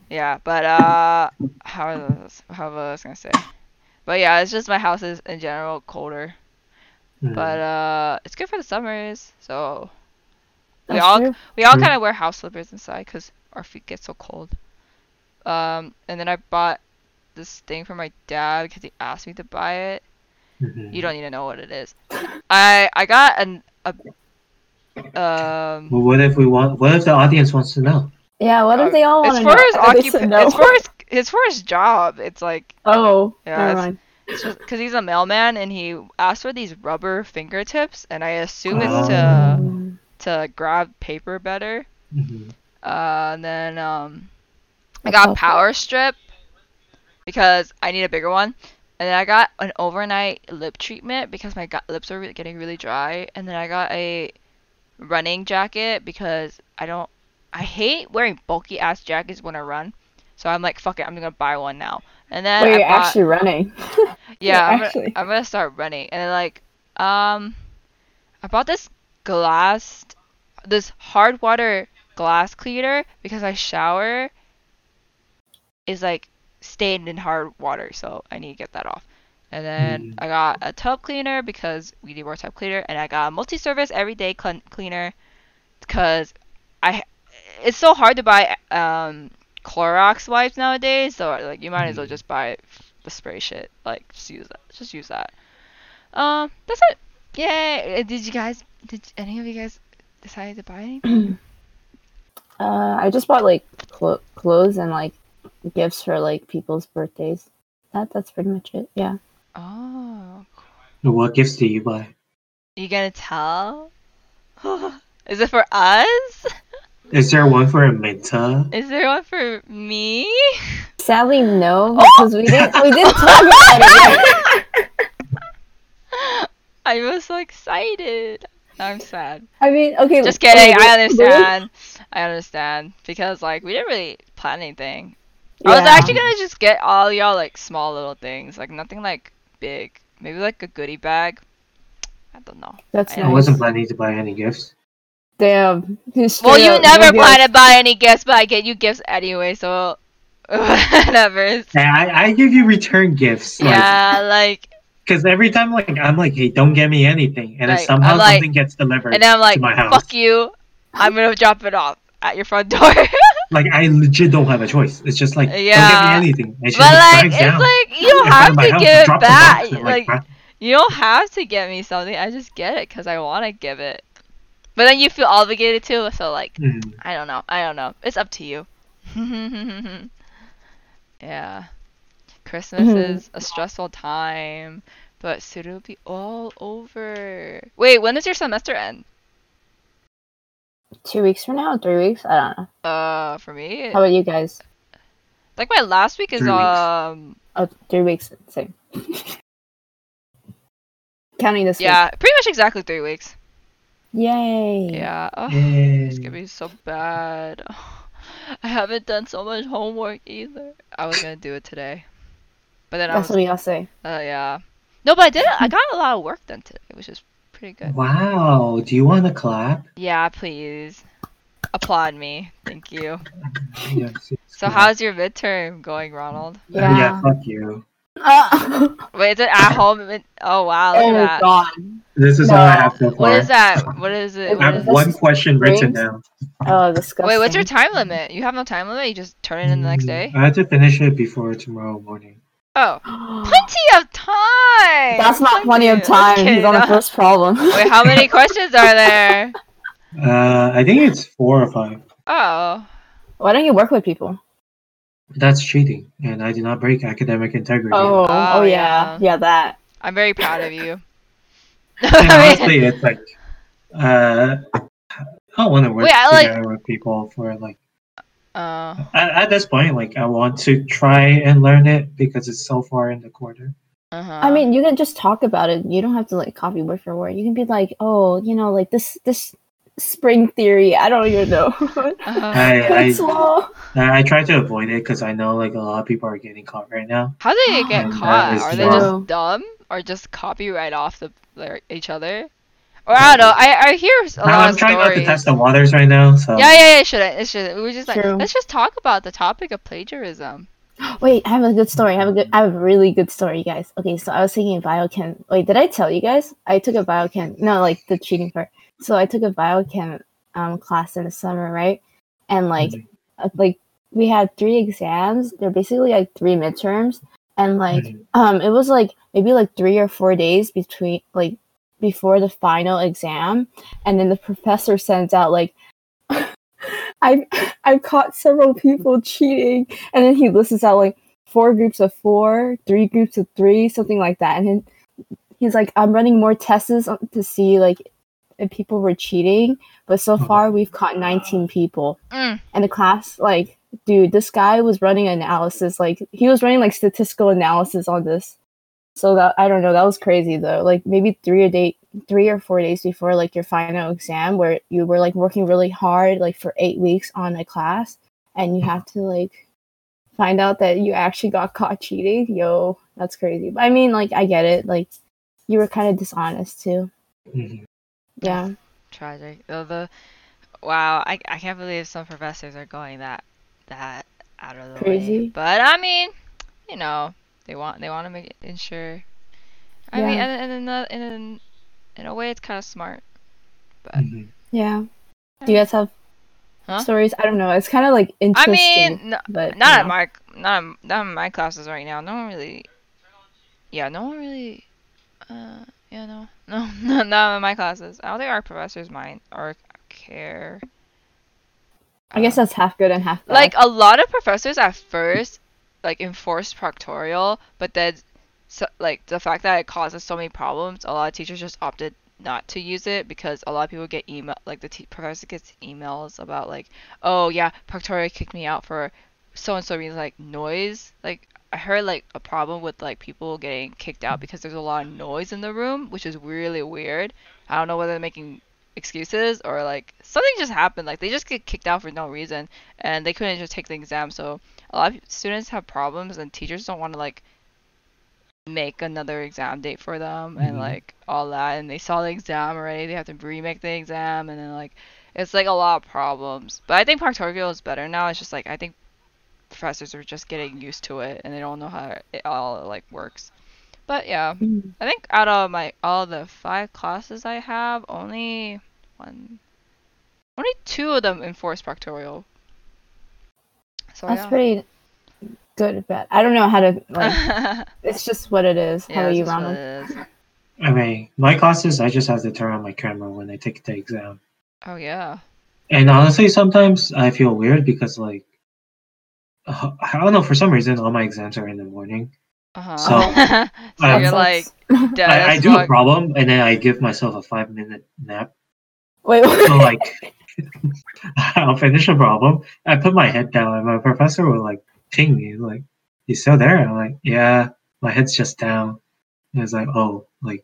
Speaker 1: Yeah, but uh how are those how was I was gonna say? But yeah, it's just my house is in general colder.
Speaker 2: Mm.
Speaker 1: But uh it's good for the summers, so we
Speaker 3: That's
Speaker 1: all
Speaker 3: true.
Speaker 1: we all
Speaker 2: True.
Speaker 1: kind of wear house slippers inside because our feet get so cold. Um, and then I bought this thing for my dad because he asked me to buy it.
Speaker 2: Mhm.
Speaker 1: You don't even know what it is. I I got an a um.
Speaker 2: Well, what if we want? What if the audience wants to know?
Speaker 3: Yeah, what
Speaker 1: Uh,
Speaker 3: if they all want
Speaker 1: It's
Speaker 3: to
Speaker 1: for
Speaker 3: know?
Speaker 1: his
Speaker 3: They
Speaker 1: occup-
Speaker 3: said no.
Speaker 1: It's for his it's for his job. It's like
Speaker 3: Oh,
Speaker 1: Yeah,
Speaker 3: never
Speaker 1: it's-
Speaker 3: mind.
Speaker 1: because he's a mailman and he asked for these rubber fingertips, and I assume it's to
Speaker 3: Um,
Speaker 1: to grab paper better.
Speaker 2: Mhm.
Speaker 1: Uh, and then um, I
Speaker 3: That's
Speaker 1: got
Speaker 3: helpful.
Speaker 1: power strip because I need a bigger one. And then I got an overnight lip treatment because my gu- lips are re- getting really dry. And then I got a running jacket because I don't, I hate wearing bulky ass jackets when I run. So I'm like, fuck it, I'm gonna buy one now. And then
Speaker 3: Wait,
Speaker 1: I
Speaker 3: you're
Speaker 1: bought-
Speaker 3: actually running.
Speaker 1: yeah, I'm,
Speaker 3: actually.
Speaker 1: Gonna, I'm gonna start running. And then, like, um, I bought this glass, this hard water glass cleaner because my shower is like stained in hard water, so I need to get that off. And then
Speaker 2: Mm.
Speaker 1: I got a tub cleaner because we need more tub cleaner, and I got a multi-service everyday clean- cleaner because I it's so hard to buy um Clorox wipes nowadays, so like you might as well
Speaker 2: Mhm.
Speaker 1: just buy the spray shit. Like just use that. Just use that. Um, that's it. Yay! Uh, Did you guys? Did any of you guys decide to buy anything?
Speaker 3: Uh, I just bought like clo- clothes and like gifts for like people's birthdays. That that's pretty much it. Yeah.
Speaker 1: Oh,
Speaker 2: What gifts do you buy?
Speaker 1: you gonna tell? Is it for us?
Speaker 2: Is there one for Aminta?
Speaker 1: Is there one for me?
Speaker 3: Sadly, no,
Speaker 1: Oh!
Speaker 3: because we didn't we didn't talk about it.
Speaker 1: I was so excited. I'm sad.
Speaker 3: I mean, okay.
Speaker 1: Just kidding.
Speaker 3: okay,
Speaker 1: I
Speaker 3: we-
Speaker 1: understand. I understand because like we didn't really plan anything.
Speaker 3: Yeah.
Speaker 1: I was actually gonna just get all y'all like small little things, like nothing like big. Maybe like a goodie bag. I don't know.
Speaker 3: That's
Speaker 1: I
Speaker 2: I
Speaker 3: nice.
Speaker 2: wasn't planning to buy any gifts.
Speaker 3: Damn. you
Speaker 1: Well,
Speaker 3: straight
Speaker 1: you
Speaker 3: up
Speaker 1: never
Speaker 3: revealed-
Speaker 1: plan to buy any gifts, but I get you gifts anyway, so whatever.
Speaker 2: And I, I give you return gifts. Like,
Speaker 1: Yeah, like,
Speaker 2: Because every time, like, I'm like, hey, don't get me anything, and
Speaker 1: Right,
Speaker 2: if somehow
Speaker 1: I'm like-
Speaker 2: something gets delivered,
Speaker 1: and I'm like,
Speaker 2: to my house.
Speaker 1: fuck you. I'm gonna drop it off at your front door. but
Speaker 2: like, I legit don't have a choice. It's just like,
Speaker 1: Yeah.
Speaker 2: don't get me anything. I should just
Speaker 1: like,
Speaker 2: drive
Speaker 1: it's
Speaker 2: down
Speaker 1: like you
Speaker 2: in front
Speaker 1: have
Speaker 2: of
Speaker 1: to
Speaker 2: my house,
Speaker 1: give
Speaker 2: drop
Speaker 1: it
Speaker 2: the box,
Speaker 1: back.
Speaker 2: and,
Speaker 1: Like, oh,
Speaker 2: ah,
Speaker 1: you don't have to get me something. I just get it because I want to give it. But then you feel obligated to, so like.
Speaker 2: mm.
Speaker 1: I don't know. I don't know. It's up to you. yeah. Christmas
Speaker 3: Mhm.
Speaker 1: is a stressful time, but soon it'll be all over. Wait, when does your semester end?
Speaker 3: Two weeks from now, three weeks. I don't know.
Speaker 1: Uh, for me, it-
Speaker 3: How about you guys?
Speaker 1: like my last week is
Speaker 2: Three weeks.
Speaker 1: um
Speaker 3: Oh, three weeks. Same. Counting this
Speaker 1: yeah, pretty much exactly three weeks.
Speaker 3: week. Yay.
Speaker 1: Yeah. Ugh, It's
Speaker 3: Mm.
Speaker 1: gonna
Speaker 2: Yay.
Speaker 1: be so bad. I haven't done so much homework either. I was gonna do it today, but then I
Speaker 3: That's
Speaker 1: was
Speaker 3: what we all say.
Speaker 1: uh, yeah. No, but I did. I got a lot of work done today, which is pretty good.
Speaker 2: Wow. Do you want to clap?
Speaker 1: Yeah, please. Applaud me. Thank you.
Speaker 2: Yes, yes,
Speaker 1: So,
Speaker 2: clap.
Speaker 1: how's your midterm going, Ronald?
Speaker 2: Yeah.
Speaker 3: Yeah.
Speaker 2: fuck you.
Speaker 3: Uh,
Speaker 1: Wait, is it at home? mid- Oh, wow. Look
Speaker 3: oh
Speaker 1: at
Speaker 3: my
Speaker 1: that.
Speaker 3: god.
Speaker 2: This is
Speaker 3: No.
Speaker 2: all I have so
Speaker 1: What
Speaker 2: far.
Speaker 1: is that? What is it?
Speaker 2: I
Speaker 1: What
Speaker 2: have
Speaker 1: is...
Speaker 3: That's
Speaker 2: one question written
Speaker 3: great.
Speaker 2: down.
Speaker 3: Oh, disgusting. Mm.
Speaker 1: Wait, what's your time limit? You have no time limit? You just turn it in the next day?
Speaker 2: I have to finish it before tomorrow morning.
Speaker 1: Oh, plenty of time!
Speaker 3: That's not plenty of
Speaker 1: Just
Speaker 3: time. He's
Speaker 1: kidding.
Speaker 3: on the first problem.
Speaker 1: Wait, how many questions are there?
Speaker 2: Uh, I think it's four or five.
Speaker 1: Oh.
Speaker 3: Why don't you work with people?
Speaker 2: That's cheating, and I did not break academic integrity.
Speaker 3: Oh, oh,
Speaker 1: Oh,
Speaker 3: yeah.
Speaker 1: yeah.
Speaker 3: yeah, that.
Speaker 1: I'm very proud of you.
Speaker 2: And honestly, it's like, uh, I don't want to work
Speaker 1: Wait, I like-
Speaker 2: together with people for like.
Speaker 1: uh,
Speaker 2: At, at this point, like, I want to try and learn it because it's so far in the quarter.
Speaker 1: uh-huh.
Speaker 3: I mean, you can just talk about it. You don't have to like copy word for word. You can be like, oh, you know, like this this spring theory. I don't even know.
Speaker 1: Uh-huh.
Speaker 2: I
Speaker 3: That's law.
Speaker 2: I, I try to avoid it because I know like a lot of people are getting caught right now.
Speaker 1: How do they get
Speaker 2: And Oh, that
Speaker 1: caught?
Speaker 2: is
Speaker 1: Are they
Speaker 3: true.
Speaker 1: just dumb or just copyright off the their, each other? Or I don't know. I, I hear a
Speaker 2: now
Speaker 1: lot
Speaker 2: I'm
Speaker 1: of
Speaker 2: trying not to
Speaker 1: stories.
Speaker 2: test the waters right now. So
Speaker 1: yeah, yeah, yeah. Should I? Should we were just like
Speaker 3: True.
Speaker 1: let's just talk about the topic of plagiarism?
Speaker 3: Wait, I have a good story. I have a good. I have a really good story, you guys. Okay, so I was taking biochem. Wait, did I tell you guys? I took a biochem. No, like the cheating part. So I took a biochem um class in the summer, right? And like, uh, like we had three exams. They're basically like three midterms, and like um, it was like maybe like three or four days between like before the final exam, and then the professor sends out like. I've I've caught several people cheating, and then he lists out like four groups of four, three groups of three, something like that. And then he's like, I'm running more tests on- to see like if people were cheating, but so far we've caught 19 people.
Speaker 1: Mm.
Speaker 3: And the class, like, dude, this guy was running analysis, like he was running like statistical analysis on this. So that I don't know, that was crazy though. Like maybe three or day, three or four days before like your final exam, where you were like working really hard, like for eight weeks on a class, and you have to like find out that you actually got caught cheating, yo, that's crazy. But I mean, like, I get it. Like, you were kind of dishonest too.
Speaker 2: Mhm.
Speaker 3: Yeah.
Speaker 1: Tragic. Though the wow, I I can't believe some professors are going that that out of the way.
Speaker 3: Crazy.
Speaker 1: But I mean, you know, they want they want to make ensure. I mean,
Speaker 3: Yeah.
Speaker 1: and, and in the, and in in a way, it's kind of smart.
Speaker 2: Mhm.
Speaker 3: Yeah. Do you guys have
Speaker 1: Huh?
Speaker 3: stories? I don't know. It's kind of like
Speaker 1: I
Speaker 3: interesting.
Speaker 1: mean, no,
Speaker 3: but
Speaker 1: not
Speaker 3: yeah.
Speaker 1: at my not in- not in my classes right now. No one really. Yeah, no one really. Uh, yeah, no, no, no, not in my classes. I don't think our professors mind or care.
Speaker 3: I guess
Speaker 1: Uh,
Speaker 3: that's half good and half bad.
Speaker 1: like a lot of professors at first like enforced proctorial, but then so, like the fact that it causes so many problems, a lot of teachers just opted not to use it because a lot of people get email like the te- professor gets emails about like oh yeah proctorial kicked me out for so and so reason like noise like I heard like a problem with like people getting kicked out because there's a lot of noise in the room which is really weird I don't know whether they're making excuses or like something just happened like they just get kicked out for no reason and they couldn't just take the exam so a lot of students have problems and teachers don't want to like make another exam date for them and
Speaker 2: Mhm.
Speaker 1: like all that and they saw the exam already they have to remake the exam and then like it's like a lot of problems but i think proctorial is better now it's just like i think professors are just getting used to it and they don't know how it all like works but yeah
Speaker 3: Mm.
Speaker 1: I think out of my all the five classes I have, only one, only two of them enforce proctorial. So
Speaker 3: that's
Speaker 1: yeah.
Speaker 3: pretty good. But I don't know how to. Like,
Speaker 1: yeah,
Speaker 3: it's just what it is. how are
Speaker 1: that's
Speaker 3: you,
Speaker 1: just what
Speaker 3: Ronald?
Speaker 1: it is.
Speaker 2: I mean, my classes, I just have to turn on my camera when I take the exam.
Speaker 1: Oh yeah.
Speaker 2: And honestly, sometimes I feel weird because, like, uh, I don't know, for some reason, all my exams are in the morning.
Speaker 1: Uh huh. So,
Speaker 2: So, um,
Speaker 1: you're
Speaker 3: Sucks.
Speaker 1: like dead
Speaker 2: I, I
Speaker 1: as
Speaker 2: do a
Speaker 1: fuck.
Speaker 2: problem, and then I give myself a five minute nap.
Speaker 3: Wait.
Speaker 2: So, like, I'll finish a problem. I put my head down, and my professor will, like, ping me, like, you still there? I'm like, yeah, my head's just down. And it's like, oh, like,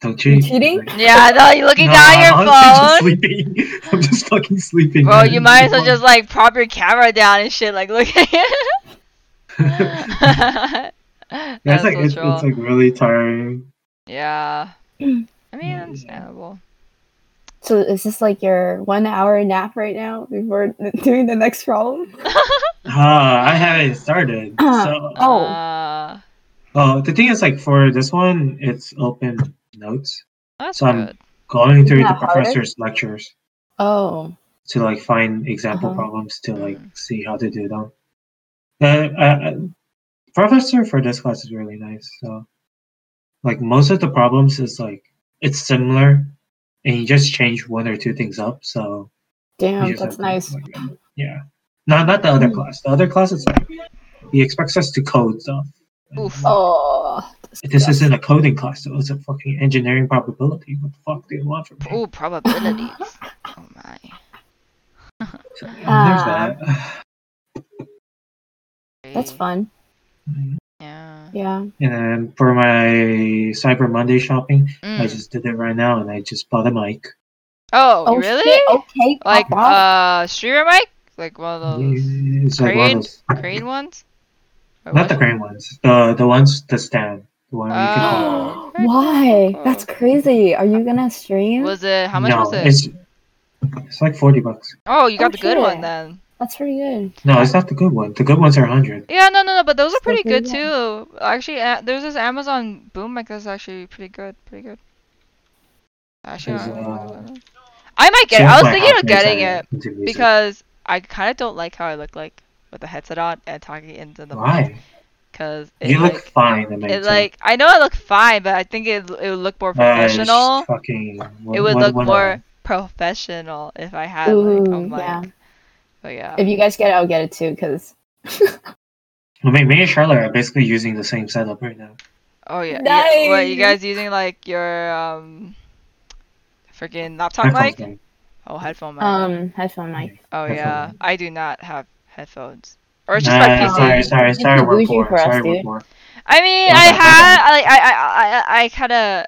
Speaker 2: don't you?
Speaker 3: You cheating?
Speaker 2: Like,
Speaker 1: Yeah, no, you're looking
Speaker 2: No,
Speaker 1: down your
Speaker 2: I'm honestly
Speaker 1: phone.
Speaker 2: Just sleeping. I'm just fucking sleeping.
Speaker 1: Bro,
Speaker 2: man.
Speaker 1: you might as well just like prop your camera down and shit, like look at it.
Speaker 2: Yeah, it's
Speaker 1: That's
Speaker 2: like
Speaker 1: so
Speaker 2: it's,
Speaker 1: troll.
Speaker 2: it's like really tiring.
Speaker 1: Yeah. I
Speaker 3: Mm.
Speaker 1: mean, understandable.
Speaker 3: so is this like your one hour nap right now before doing the next problem?
Speaker 2: Uh, I haven't started. So,
Speaker 3: Oh.
Speaker 1: Uh,
Speaker 2: oh, the thing is, like for this one, it's open notes.
Speaker 1: that's
Speaker 2: So I'm-
Speaker 1: good.
Speaker 2: Going through the
Speaker 3: Not harder?
Speaker 2: professor's lectures
Speaker 3: Oh.
Speaker 2: to like find example
Speaker 3: Uh-huh.
Speaker 2: problems to like
Speaker 1: Mm.
Speaker 2: see how to do them. Uh, uh, professor for this class is really nice. So, like most of the problems is like it's similar, and you just change one or two things up. So You
Speaker 3: Damn,
Speaker 2: just have
Speaker 3: that's
Speaker 2: to,
Speaker 3: nice.
Speaker 2: like, yeah. No, not the other
Speaker 3: Mm.
Speaker 2: class. The other class is like he expects us to code stuff.
Speaker 1: Oof.
Speaker 3: Oh.
Speaker 2: This isn't a coding class, though. It's a fucking engineering probability. What the fuck do you want from me?
Speaker 1: Ooh, probabilities. oh my.
Speaker 2: So, yeah,
Speaker 3: Ah.
Speaker 2: there's that.
Speaker 3: That's fun.
Speaker 1: Yeah.
Speaker 3: Yeah.
Speaker 2: And then for my Cyber Monday shopping, I
Speaker 1: Mm.
Speaker 2: just did it right now, and I just bought a mic.
Speaker 1: Oh,
Speaker 3: Oh, uh-huh.
Speaker 1: really?
Speaker 3: shit, Okay.
Speaker 1: Like
Speaker 3: Papa.
Speaker 1: uh, streamer mic? Like one of those
Speaker 2: It's like one of
Speaker 1: crane,
Speaker 2: those-
Speaker 1: crane ones? Or
Speaker 2: not
Speaker 1: what?
Speaker 2: the crane ones. The the ones the stand, the one you can hold.
Speaker 1: Oh.
Speaker 3: Why?
Speaker 1: Oh.
Speaker 3: That's crazy. Are you gonna stream?
Speaker 1: Was it how much
Speaker 2: no,
Speaker 1: was it?
Speaker 2: It's, it's like forty bucks.
Speaker 1: Oh, you got
Speaker 3: Oh,
Speaker 1: the good one
Speaker 3: shit.
Speaker 1: then.
Speaker 3: That's pretty good.
Speaker 2: No, it's not the good one. The good ones are hundred.
Speaker 1: Yeah, no, no, no, but those are
Speaker 3: It's still
Speaker 1: pretty good
Speaker 3: pretty
Speaker 1: too. Actually, uh, there's this Amazon boom mic that's actually pretty good, pretty good. Actually, I
Speaker 2: There's,
Speaker 1: don't
Speaker 2: uh,
Speaker 1: know. I might get it. I was thinking of getting it.
Speaker 2: it
Speaker 1: because I kind of don't like how I look like. with a headset on and talking into the mic
Speaker 2: Why?
Speaker 1: because
Speaker 2: You look fine. in
Speaker 1: It
Speaker 2: too.
Speaker 1: like I know I look fine, but I think it it would look more
Speaker 2: Uh, it's
Speaker 1: professional.
Speaker 2: Fucking,
Speaker 1: it would
Speaker 2: one-
Speaker 1: look
Speaker 2: one-
Speaker 1: more professional if I had like oh a
Speaker 3: Ooh,
Speaker 1: mic.
Speaker 3: yeah.
Speaker 1: But yeah,
Speaker 3: If you guys get it, I'll get it too. Cause
Speaker 2: I mean, me and Charlotte are basically using the same setup right now.
Speaker 1: oh yeah. yeah. What you guys
Speaker 3: Nice.
Speaker 1: using like your um freaking laptop
Speaker 2: Headphones
Speaker 1: mic?
Speaker 2: on.
Speaker 1: Oh, headphone mic.
Speaker 3: um, headphone mic.
Speaker 1: oh
Speaker 2: headphone
Speaker 1: yeah,
Speaker 2: mic.
Speaker 1: I do not have headphones. Or it's just my
Speaker 2: Nah,
Speaker 1: PC.
Speaker 2: Sorry, sorry,
Speaker 3: It's
Speaker 2: sorry.
Speaker 3: too
Speaker 2: We're
Speaker 3: bougie
Speaker 2: poor.
Speaker 3: for us,
Speaker 2: Sorry, we're
Speaker 3: dude.
Speaker 2: poor.
Speaker 1: I mean,
Speaker 2: Yeah,
Speaker 1: I
Speaker 2: that's my
Speaker 1: had like I I I I kind of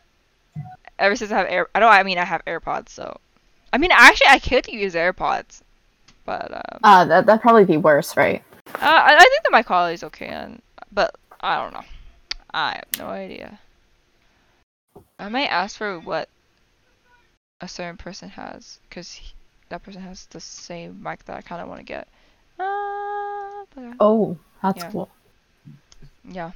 Speaker 1: ever since I have air. I don't. I mean, I have AirPods, so I mean, actually, I could use AirPods, but um, uh,
Speaker 3: Uh, that that'd probably be worse, right?
Speaker 1: I, I think that my quality's okay, and but I don't know. I have no idea. I might ask for what a certain person has, cause he- that person has the same mic that I kind of want to get. Uh, but, uh,
Speaker 3: Oh, that's
Speaker 1: Yeah.
Speaker 3: cool.
Speaker 1: yeah.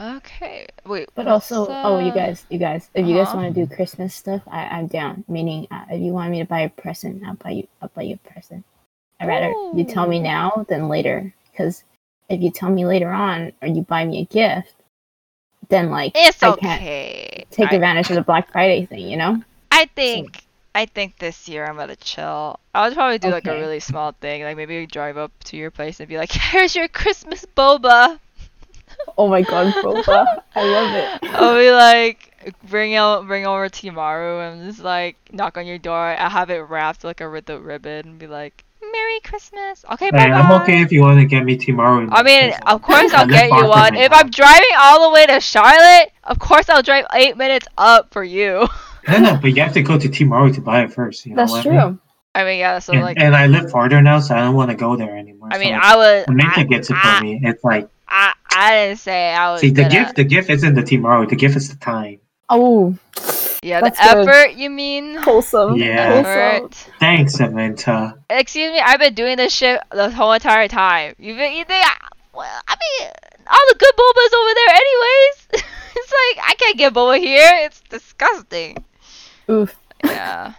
Speaker 1: Okay. Wait.
Speaker 3: But
Speaker 1: what's,
Speaker 3: also, oh, you
Speaker 1: uh,
Speaker 3: guys, you guys, if you guys
Speaker 1: Uh-huh.
Speaker 3: want to do Christmas stuff, I, I'm down. Meaning, uh, if you want me to buy a present, I'll buy you. I'll buy you a present. I'd rather you tell me
Speaker 1: Ooh.
Speaker 3: now than later, because if you tell me later on or you buy me a gift, then like
Speaker 1: It's
Speaker 3: I can't
Speaker 1: okay.
Speaker 3: take
Speaker 1: I,
Speaker 3: advantage of the Black Friday thing, you know?
Speaker 1: I think I think this year I'm gonna chill. I would probably do like a
Speaker 3: Okay.
Speaker 1: really small thing, like maybe drive up to your place and be like, "Here's your Christmas boba."
Speaker 3: Oh my god, boba! I love it.
Speaker 1: I'll be like, bring out bring over Timaru and just like knock on your door. I have it wrapped like a with a ribbon and be like, "Merry Christmas." Okay, bye
Speaker 2: Hey, I'm okay if you want to get me tomorrow.
Speaker 1: I mean, of course
Speaker 2: I
Speaker 1: I'll
Speaker 2: live
Speaker 1: get
Speaker 2: far
Speaker 1: you
Speaker 2: from
Speaker 1: one.
Speaker 2: my
Speaker 1: If
Speaker 2: house.
Speaker 1: I'm driving all the way to Charlotte, of course I'll drive eight minutes up for you.
Speaker 2: No, no, but you have to go to tomorrow to buy it first. You know
Speaker 3: That's
Speaker 2: what I mean?
Speaker 3: true.
Speaker 1: I mean, yeah. So
Speaker 2: and,
Speaker 1: like,
Speaker 2: and I live farther now, so I don't want to go there anymore.
Speaker 1: I mean,
Speaker 2: so
Speaker 1: I would.
Speaker 2: Amanda
Speaker 1: I-
Speaker 2: gets it
Speaker 1: I-
Speaker 2: for me. It's like
Speaker 1: I I didn't say I was.
Speaker 2: see the
Speaker 1: gonna-
Speaker 2: gift. The gift isn't the tomorrow. The gift is the time.
Speaker 3: Oh,
Speaker 1: Yeah, the
Speaker 3: That's good.
Speaker 1: effort. You mean?
Speaker 3: wholesome.
Speaker 2: Yeah.
Speaker 3: Wholesome.
Speaker 1: Effort.
Speaker 2: Thanks, Amanda.
Speaker 1: Excuse me. I've been doing this shit the whole entire time. You think you think? I, well, I mean, all the good boba's over there, anyways. it's like I can't get boba here. It's disgusting.
Speaker 3: Oof.
Speaker 1: Yeah.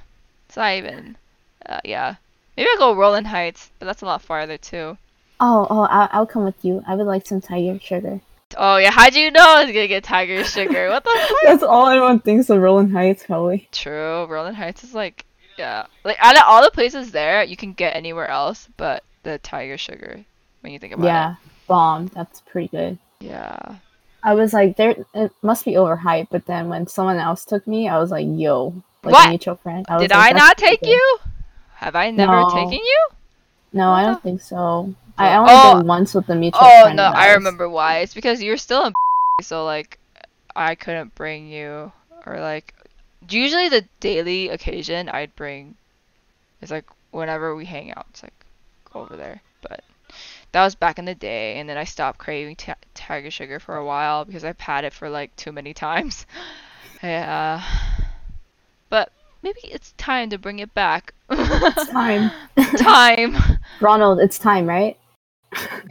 Speaker 1: It's not even. Uh, yeah. Maybe I'll go Roland Heights, but that's a lot farther too.
Speaker 3: Oh, oh, I'll, I'll come with you. I would like some tiger sugar.
Speaker 1: Oh yeah, how'd you know I was gonna get Tiger Sugar? What the fuck?
Speaker 3: That's all everyone thinks of Roland Heights, probably.
Speaker 1: True. Roland Heights is like, yeah, like out of all the places there, you can get anywhere else, but the Tiger Sugar. When you think about
Speaker 3: yeah,
Speaker 1: it.
Speaker 3: bomb. That's pretty good.
Speaker 1: Yeah.
Speaker 3: I was like, there. It must be overhyped. But then when someone else took me, I was like, yo, like
Speaker 1: What?
Speaker 3: a mutual friend. I was
Speaker 1: Did
Speaker 3: like,
Speaker 1: I
Speaker 3: that's
Speaker 1: not
Speaker 3: pretty
Speaker 1: take
Speaker 3: good.
Speaker 1: you? Have I never
Speaker 3: No.
Speaker 1: taken you?
Speaker 3: No, I don't think so. I only
Speaker 1: Oh.
Speaker 3: did once with the mutual
Speaker 1: Oh
Speaker 3: friend.
Speaker 1: no,
Speaker 3: and
Speaker 1: I
Speaker 3: that was-
Speaker 1: remember why. It's because you were still in so like I couldn't bring you or like usually the daily occasion I'd bring it's like whenever we hang out, it's like over there. But that was back in the day and then I stopped craving ti tiger sugar for a while because I've had it for like too many times. Yeah. But maybe it's time to bring it back.
Speaker 3: It's time,
Speaker 1: time.
Speaker 3: Ronald. It's time, right?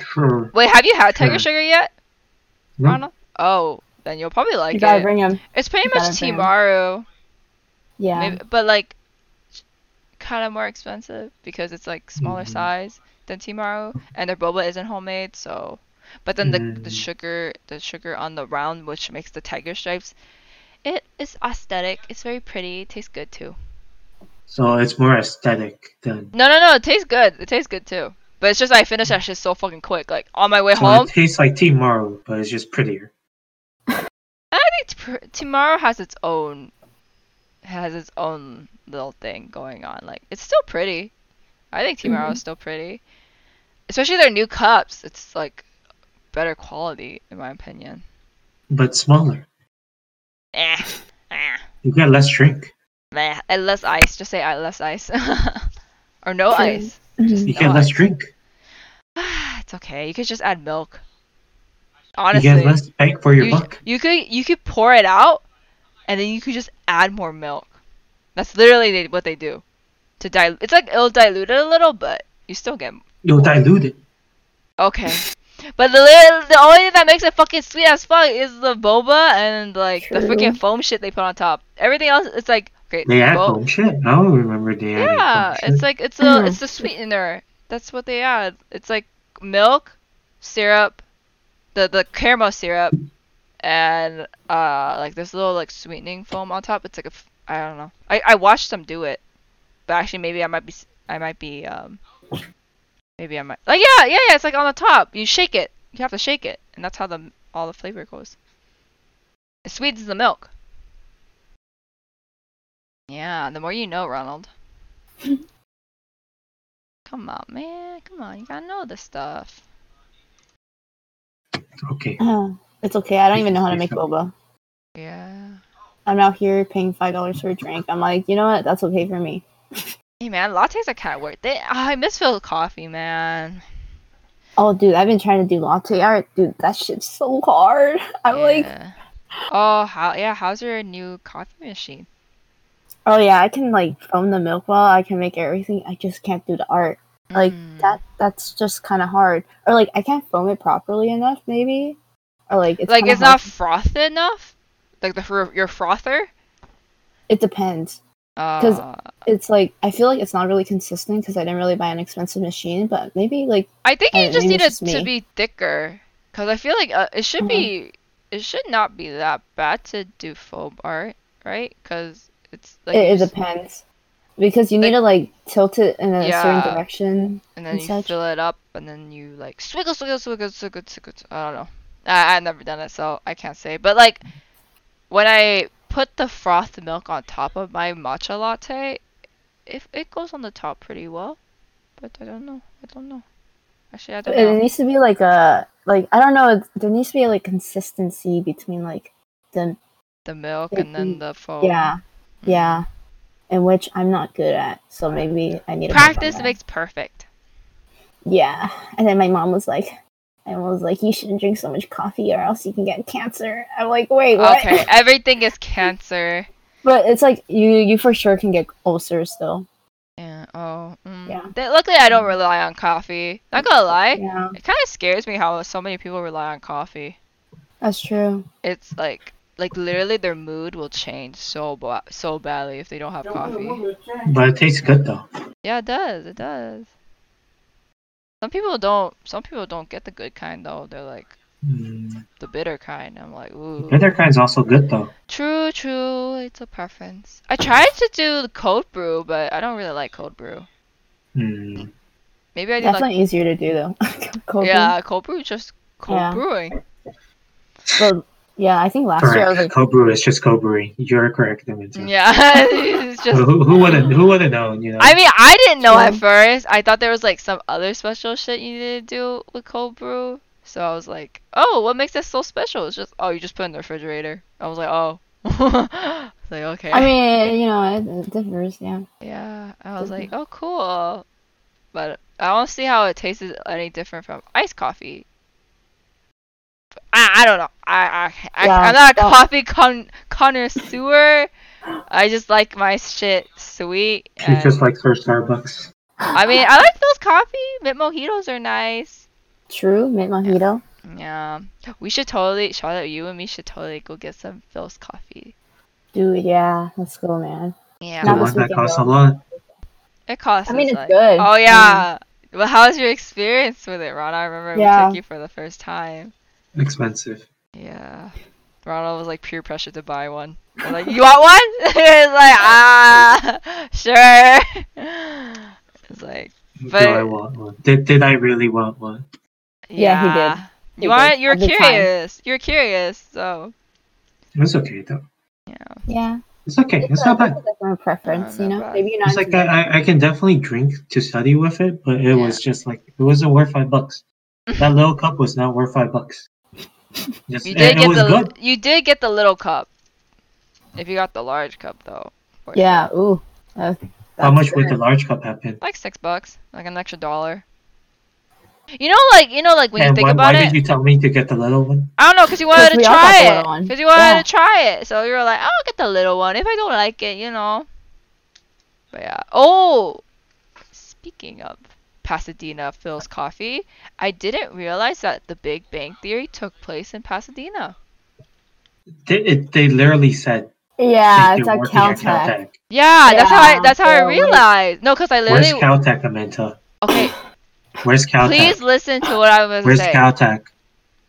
Speaker 2: Sure.
Speaker 1: Wait, have you had tiger
Speaker 2: Sure.
Speaker 1: sugar yet?
Speaker 2: Nope.
Speaker 1: Ronald? Oh, then you'll probably like
Speaker 3: you gotta
Speaker 1: it.
Speaker 3: bring him.
Speaker 1: it's pretty
Speaker 3: you
Speaker 1: much
Speaker 3: gotta bring 'em.
Speaker 1: Timaru,
Speaker 3: Yeah.
Speaker 1: maybe, but like kind of more expensive because it's like smaller
Speaker 2: Mhm.
Speaker 1: size than Timaru, and their boba isn't homemade, so. But then the the
Speaker 2: Mm.
Speaker 1: sugar the sugar on the round, which makes the tiger stripes, it is aesthetic. It's very pretty. It tastes good too.
Speaker 2: So it's more aesthetic than.
Speaker 1: No, no, no. It tastes good. It tastes good too. But it's just I finished that shit so fucking quick. Like on my way
Speaker 2: So
Speaker 1: home,
Speaker 2: it tastes like tomorrow, but it's just prettier.
Speaker 1: I think t- tomorrow has its own has its own little thing going on. Like it's still pretty. I think tomorrow is still pretty, especially their new cups. It's like better quality in my opinion.
Speaker 2: but smaller.
Speaker 1: Eh, eh,
Speaker 2: You get less drink.
Speaker 1: meh. And less ice. Just say I less ice, or no
Speaker 3: True.
Speaker 1: ice. Just
Speaker 2: You
Speaker 1: no
Speaker 2: get less
Speaker 1: ice.
Speaker 2: drink.
Speaker 1: it's okay. You could just add milk.
Speaker 2: You
Speaker 1: Honestly,
Speaker 2: get less bang for your
Speaker 1: you,
Speaker 2: buck.
Speaker 1: you could you could pour it out, and then you could just add more milk. That's literally they, what they do. To dilute, it's like it'll dilute it a little, but you still get
Speaker 2: You'll dilute it.
Speaker 1: okay. but the li- the only thing that makes it fucking sweet as fuck is the boba and like the
Speaker 3: True.
Speaker 1: freaking foam shit they put on top. Everything else, it's like okay,
Speaker 2: They add
Speaker 1: bo-
Speaker 2: foam shit. I don't remember they adding
Speaker 1: yeah,
Speaker 2: foam shit.
Speaker 1: it's like it's a it's a sweetener. That's what they add. It's like milk, syrup, the the caramel syrup, and uh like this little like sweetening foam on top. It's like a f- I don't know. I I watched them do it, but actually maybe I might be s- I might be um maybe I might like yeah yeah yeah. It's like on the top. You shake it. You have to shake it, and that's how the all the flavor goes. It sweetens the milk. Yeah, the more you know, Ronald. Come on, man. Come on. You gotta know this stuff.
Speaker 2: Okay.
Speaker 3: it's okay. I don't even know how to make boba.
Speaker 1: Yeah.
Speaker 3: I'm out here paying five dollars for a drink. I'm like, you know what? That's okay for me.
Speaker 1: Hey, man. Lattes are kind of worth it. Ah, I miss Phil Coffee, man.
Speaker 3: Oh, dude, I've been trying to do latte art. Dude, that shit's so hard. I'm like,
Speaker 1: Yeah. Oh, how? Yeah. How's your new coffee machine?
Speaker 3: oh yeah, I can like foam the milk well. I can make everything. I just can't do the art. Like
Speaker 1: Mm.
Speaker 3: that. That's just kind of hard. Or like I can't foam it properly enough, maybe. Or like it's
Speaker 1: like,
Speaker 3: kinda
Speaker 1: it's
Speaker 3: hard.
Speaker 1: not frothed enough. Like the fr- your frother.
Speaker 3: It depends.
Speaker 1: Uh,
Speaker 3: 'Cause- It's like I feel like it's not really consistent because I didn't really buy an expensive machine, but maybe like
Speaker 1: I think
Speaker 3: I
Speaker 1: you just
Speaker 3: mean,
Speaker 1: need it
Speaker 3: it's just
Speaker 1: to
Speaker 3: me.
Speaker 1: be thicker. Cause I feel like uh, it should
Speaker 3: Mhm.
Speaker 1: be. It should not be that bad to do foam art, right? Cause it's like you
Speaker 3: it, it
Speaker 1: just-
Speaker 3: depends because you need to like tilt it in a
Speaker 1: Yeah.
Speaker 3: certain direction.
Speaker 1: and then
Speaker 3: and
Speaker 1: you
Speaker 3: such.
Speaker 1: fill it up, and then you like swiggle, swiggle, swiggle, swiggle, swiggle. sw- I don't know. I, I've never done it, so I can't say. But like, when I put the frothed milk on top of my matcha latte, if it goes on the top pretty well, but I don't know. I don't know. Actually, I don't
Speaker 3: It
Speaker 1: know.
Speaker 3: needs to be like a like I don't know. it's- There needs to be like consistency between like the
Speaker 1: The milk
Speaker 3: it-
Speaker 1: and then
Speaker 3: mm,
Speaker 1: the foam.
Speaker 3: yeah
Speaker 1: Hmm.
Speaker 3: yeah, and which I'm not good at. So maybe I need to work on
Speaker 1: Practice
Speaker 3: that.
Speaker 1: makes perfect.
Speaker 3: yeah. And then my mom was like, I was like, you shouldn't drink so much coffee or else you can get cancer. I'm like, wait, what?
Speaker 1: Okay, everything is cancer.
Speaker 3: but it's like you you for sure can get ulcers though.
Speaker 1: Yeah. Oh. Mm.
Speaker 3: Yeah.
Speaker 1: Th- Luckily, I don't rely on coffee. Not gonna lie,
Speaker 3: Yeah,
Speaker 1: it kind of scares me how so many people rely on coffee.
Speaker 3: that's true.
Speaker 1: it's like like literally their mood will change so ba- so badly if they don't have coffee.
Speaker 2: But it tastes good though.
Speaker 1: Yeah, it does. It does. Some people don't. Some people don't get the good kind though. They're like
Speaker 2: Mm.
Speaker 1: the bitter kind. I'm like, ooh.
Speaker 2: The other kind's also good though.
Speaker 1: True, true. It's a preference. I tried to do the cold brew, but I don't really like cold brew.
Speaker 2: Mm.
Speaker 1: Maybe I do
Speaker 3: That's
Speaker 1: like
Speaker 3: not easier to do though. Cold brew.
Speaker 1: yeah, cold brew, just cold
Speaker 3: Yeah.
Speaker 1: brewing.
Speaker 3: But, yeah, I think last year I was
Speaker 2: Correct.
Speaker 3: like,
Speaker 2: Co-brew is just co-brewing. You're correct, Dimitri.
Speaker 1: Yeah, it's just
Speaker 2: Who, who would have who would have known? You know.
Speaker 1: I mean, I didn't know at
Speaker 3: Yeah.
Speaker 1: first. I thought there was like some other special shit you needed to do with cold brew. So I was like, oh, what makes this so special? It's just, oh, you just put it in the refrigerator. I was like, oh. I was like, okay.
Speaker 3: I mean, you know, it, it differs. Yeah.
Speaker 1: yeah. I was like, oh, cool. But I don't see how it tastes any different from iced coffee. I, I don't know. I, I, I
Speaker 3: Yeah,
Speaker 1: I'm not a
Speaker 3: no.
Speaker 1: coffee con- connoisseur. I just like my shit sweet.
Speaker 2: She
Speaker 1: and-
Speaker 2: just likes her Starbucks.
Speaker 1: I mean, I like those coffee. Mint mojitos are nice.
Speaker 3: True, mint mojito.
Speaker 1: Yeah, we should totally, Charlotte, you and me should totally go get some Phil's coffee.
Speaker 3: Dude, yeah, let's go, man.
Speaker 1: Yeah,
Speaker 2: The
Speaker 3: Not this
Speaker 2: one that
Speaker 3: weekend,
Speaker 2: costs a
Speaker 3: though.
Speaker 2: lot.
Speaker 1: it costs.
Speaker 3: I mean,
Speaker 1: us,
Speaker 3: it's
Speaker 1: like-
Speaker 3: good. Mm.
Speaker 1: Oh yeah. Well, how was your experience with it, Ron? I remember
Speaker 3: Yeah.
Speaker 1: we took you for the first time.
Speaker 2: Expensive.
Speaker 1: Yeah. Ronald was like peer pressure to buy one. We're like, you want one? It's like, ah, sure. It's like, But-
Speaker 2: Do I want one? Did, did I really want one?
Speaker 3: Yeah, he did.
Speaker 1: You
Speaker 3: He
Speaker 1: want?
Speaker 3: did,
Speaker 1: You're
Speaker 3: at the time.
Speaker 1: curious. You're curious. So
Speaker 2: It was okay though.
Speaker 1: yeah.
Speaker 3: Yeah.
Speaker 2: It's okay. It's
Speaker 3: a-
Speaker 2: not bad.
Speaker 3: it's a different preference,
Speaker 1: No,
Speaker 3: you
Speaker 1: not
Speaker 3: know?
Speaker 1: bad.
Speaker 3: Maybe you're not.
Speaker 2: It's like I, I- I can definitely drink to study with it, but it was just like it wasn't worth five bucks. That little cup was not worth five bucks. Just,
Speaker 1: You
Speaker 2: it-
Speaker 1: did
Speaker 2: it,
Speaker 1: get
Speaker 2: was
Speaker 1: the
Speaker 2: good.
Speaker 1: you did get the little cup. If you got the large cup though. for sure.
Speaker 3: yeah, ooh. that-
Speaker 2: How
Speaker 3: that's
Speaker 2: much would
Speaker 3: good.
Speaker 2: the large cup have been?
Speaker 1: Like six bucks, like an extra dollar. You know, like you know, like when you
Speaker 2: and
Speaker 1: think
Speaker 2: why, why
Speaker 1: about it,
Speaker 2: did you tell me to get the little one?
Speaker 1: I don't know, cause you wanted to
Speaker 3: 'Cause we all got
Speaker 1: try
Speaker 3: the little
Speaker 1: it,
Speaker 3: one.
Speaker 1: cause you wanted
Speaker 3: Yeah.
Speaker 1: to try it. So you were like, I'll get the little one if I don't like it, you know. But yeah. Oh, speaking of Pasadena Phil's Coffee, I didn't realize that The Big Bang Theory took place in Pasadena.
Speaker 2: They, it, they literally said
Speaker 3: Yeah,
Speaker 1: Ah,
Speaker 2: they-
Speaker 3: it's
Speaker 2: they're
Speaker 3: at
Speaker 2: working at
Speaker 3: Caltech.
Speaker 2: Caltech.
Speaker 1: Yeah, that's how I
Speaker 3: Yeah,
Speaker 1: that's how I
Speaker 3: so, like-
Speaker 1: realized. No, cause I
Speaker 2: Where's
Speaker 1: literally
Speaker 2: Caltech, Amenta?
Speaker 1: Okay,
Speaker 2: Where's Caltech?
Speaker 1: Please listen to what I was
Speaker 2: Where's
Speaker 1: saying.
Speaker 2: Caltech?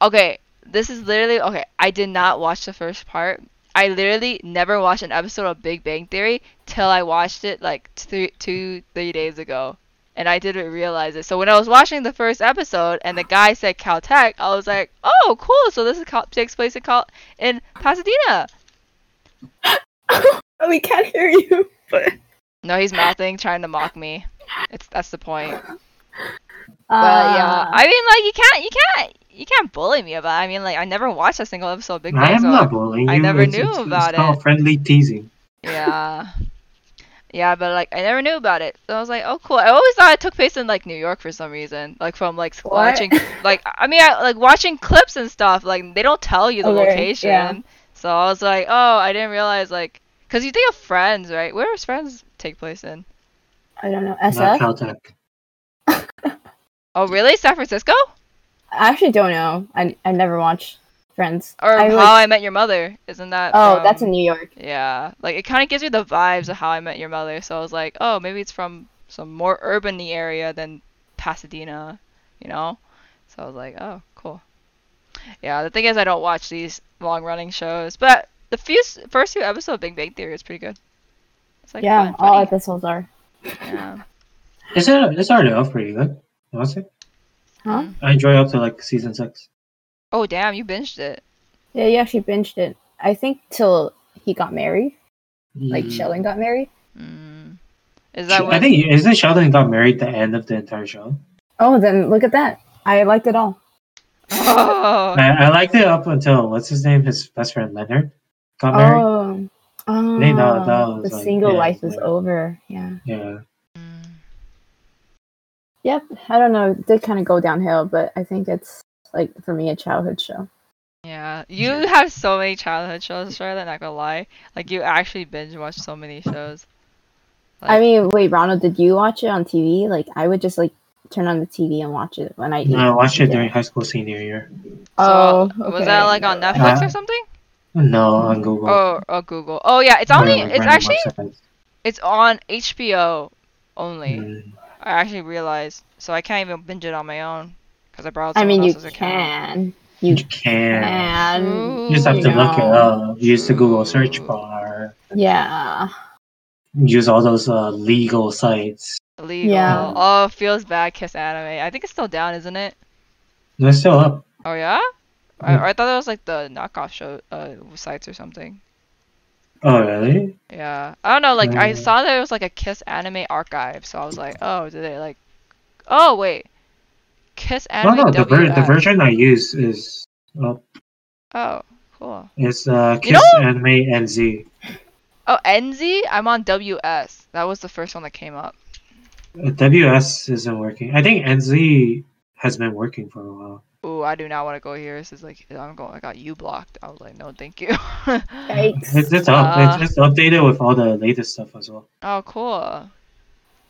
Speaker 1: okay, this is literally okay. I did not watch the first part. I literally never watched an episode of Big Bang Theory till I watched it like two, two, three days ago, and I didn't realize it. So when I was watching the first episode and the guy said Caltech, I was like, "Oh, cool! So this is Cal- takes place in, Cal- in Pasadena."
Speaker 3: Oh, we can't hear you. But
Speaker 1: No, he's mouthing, trying to mock me. It's that's the point. But
Speaker 3: Uh,
Speaker 1: yeah, Uh, I mean, like you can't, you can't, you can't bully me about. It. I mean, like I never watched a single episode of Big
Speaker 2: I
Speaker 1: Bang.
Speaker 2: am
Speaker 1: so-
Speaker 2: not bullying you.
Speaker 1: I never
Speaker 2: it's,
Speaker 1: knew
Speaker 2: it's,
Speaker 1: about
Speaker 2: it's called
Speaker 1: it.
Speaker 2: friendly teasing.
Speaker 1: Yeah, yeah, but like I never knew about it. So I was like, oh cool. I always thought it took place in like New York for some reason. Like from like
Speaker 3: What?
Speaker 1: watching, like I mean, I, like watching clips and stuff. Like they don't tell you the
Speaker 3: Okay,
Speaker 1: location.
Speaker 3: yeah.
Speaker 1: So I was like, oh, I didn't realize like, cause you think of Friends, right? Where does Friends take place in?
Speaker 3: I don't know.
Speaker 2: Not
Speaker 3: SF.
Speaker 2: Caltech.
Speaker 1: Oh really? San Francisco?
Speaker 3: I actually don't know. I I never watched Friends.
Speaker 1: Or um,
Speaker 3: I
Speaker 1: How
Speaker 3: really-
Speaker 1: I Met Your Mother? Isn't that?
Speaker 3: oh,
Speaker 1: from-
Speaker 3: that's in New York.
Speaker 1: Yeah, like it kind of gives you the vibes of How I Met Your Mother. So I was like, oh, maybe it's from some more urban area than Pasadena, you know? So I was like, oh, cool. Yeah, the thing is, I don't watch these long running shows, but the few s- first few episodes of Big Bang Theory is pretty good. It's like
Speaker 3: yeah, oh,
Speaker 1: fun,
Speaker 3: all
Speaker 1: funny.
Speaker 3: episodes are.
Speaker 1: yeah.
Speaker 2: It's, it started off pretty good. Honestly.
Speaker 3: Huh?
Speaker 2: I enjoy up to like season six.
Speaker 1: Oh damn, you binged it.
Speaker 3: Yeah, yeah, she binged it. I think till he got married, like
Speaker 2: Mm.
Speaker 3: Sheldon got married.
Speaker 1: Mm. Is that
Speaker 2: I
Speaker 1: when?
Speaker 2: think isn't Sheldon got married the end of the entire show?
Speaker 3: Oh, then look at that. I liked it all.
Speaker 1: Oh,
Speaker 2: I, I liked it up until what's his name, his best friend Leonard, got married.
Speaker 3: Oh, oh,
Speaker 2: They know that was
Speaker 3: the
Speaker 2: like-
Speaker 3: single
Speaker 2: yeah,
Speaker 3: life is
Speaker 2: yeah.
Speaker 3: over. Yeah.
Speaker 2: Yeah,
Speaker 1: Mm.
Speaker 3: Yep. I don't know. It did kind of go downhill, but I think it's like for me a childhood show.
Speaker 1: Yeah, you
Speaker 2: Yeah.
Speaker 1: have so many childhood shows, Charlotte. Not gonna lie, like you actually binge watch so many shows.
Speaker 3: I mean, wait, Ronald, did you watch it on TV? Like, I would just like turn on the TV and watch it when I eat.
Speaker 2: no, I watched it
Speaker 3: Yeah.
Speaker 2: during high school senior year.
Speaker 3: Oh,
Speaker 1: so, was that
Speaker 3: okay.
Speaker 1: like on Netflix
Speaker 2: Uh,
Speaker 1: or something?
Speaker 2: No, on Google.
Speaker 1: Oh, or Google. Oh yeah, it's only.
Speaker 2: Or, like,
Speaker 1: It's
Speaker 2: random
Speaker 1: actually.
Speaker 2: websites.
Speaker 1: It's on HBO only.
Speaker 2: Mm.
Speaker 1: I actually realized, so I can't even binge it on my own because I borrowed.
Speaker 3: I
Speaker 1: Someone
Speaker 3: mean, you
Speaker 1: else's account.
Speaker 3: can.
Speaker 2: You
Speaker 3: You
Speaker 2: can.
Speaker 3: can.
Speaker 2: You just have
Speaker 3: you
Speaker 2: to look it
Speaker 3: know.
Speaker 2: up. Use the Google search
Speaker 1: True.
Speaker 2: bar.
Speaker 3: Yeah.
Speaker 2: Use all those uh, legal sites.
Speaker 1: Illegal.
Speaker 3: Yeah.
Speaker 1: Oh, feels bad. Kiss anime. I think it's still down, isn't it?
Speaker 2: They're still up.
Speaker 1: Oh yeah. I,
Speaker 2: Mm.
Speaker 1: I thought that was like the knockoff show uh, sites or something.
Speaker 2: Oh really?
Speaker 1: Yeah, I don't know. Like I
Speaker 2: Mm.
Speaker 1: saw there was like a Kiss anime archive, so I was like, oh, did they like? Oh wait, Kiss
Speaker 2: No,
Speaker 1: anime.
Speaker 2: no. The, ver- the
Speaker 1: WF.
Speaker 2: version I use is up.
Speaker 1: Oh, cool.
Speaker 2: It's uh, Kiss
Speaker 1: You know-
Speaker 2: Anime NZ.
Speaker 1: Oh, NZ. I'm on WS. That was the first one that came up.
Speaker 2: Uh, WS isn't working. I think NZ has been working for a while.
Speaker 1: Ooh, I do not want to go here. This is like I'm going. I got you blocked. I was like, no, thank you.
Speaker 3: Yikes.
Speaker 2: It's, it's up.
Speaker 1: Uh.
Speaker 2: it's, it's updated with all the latest stuff as well.
Speaker 1: oh, cool.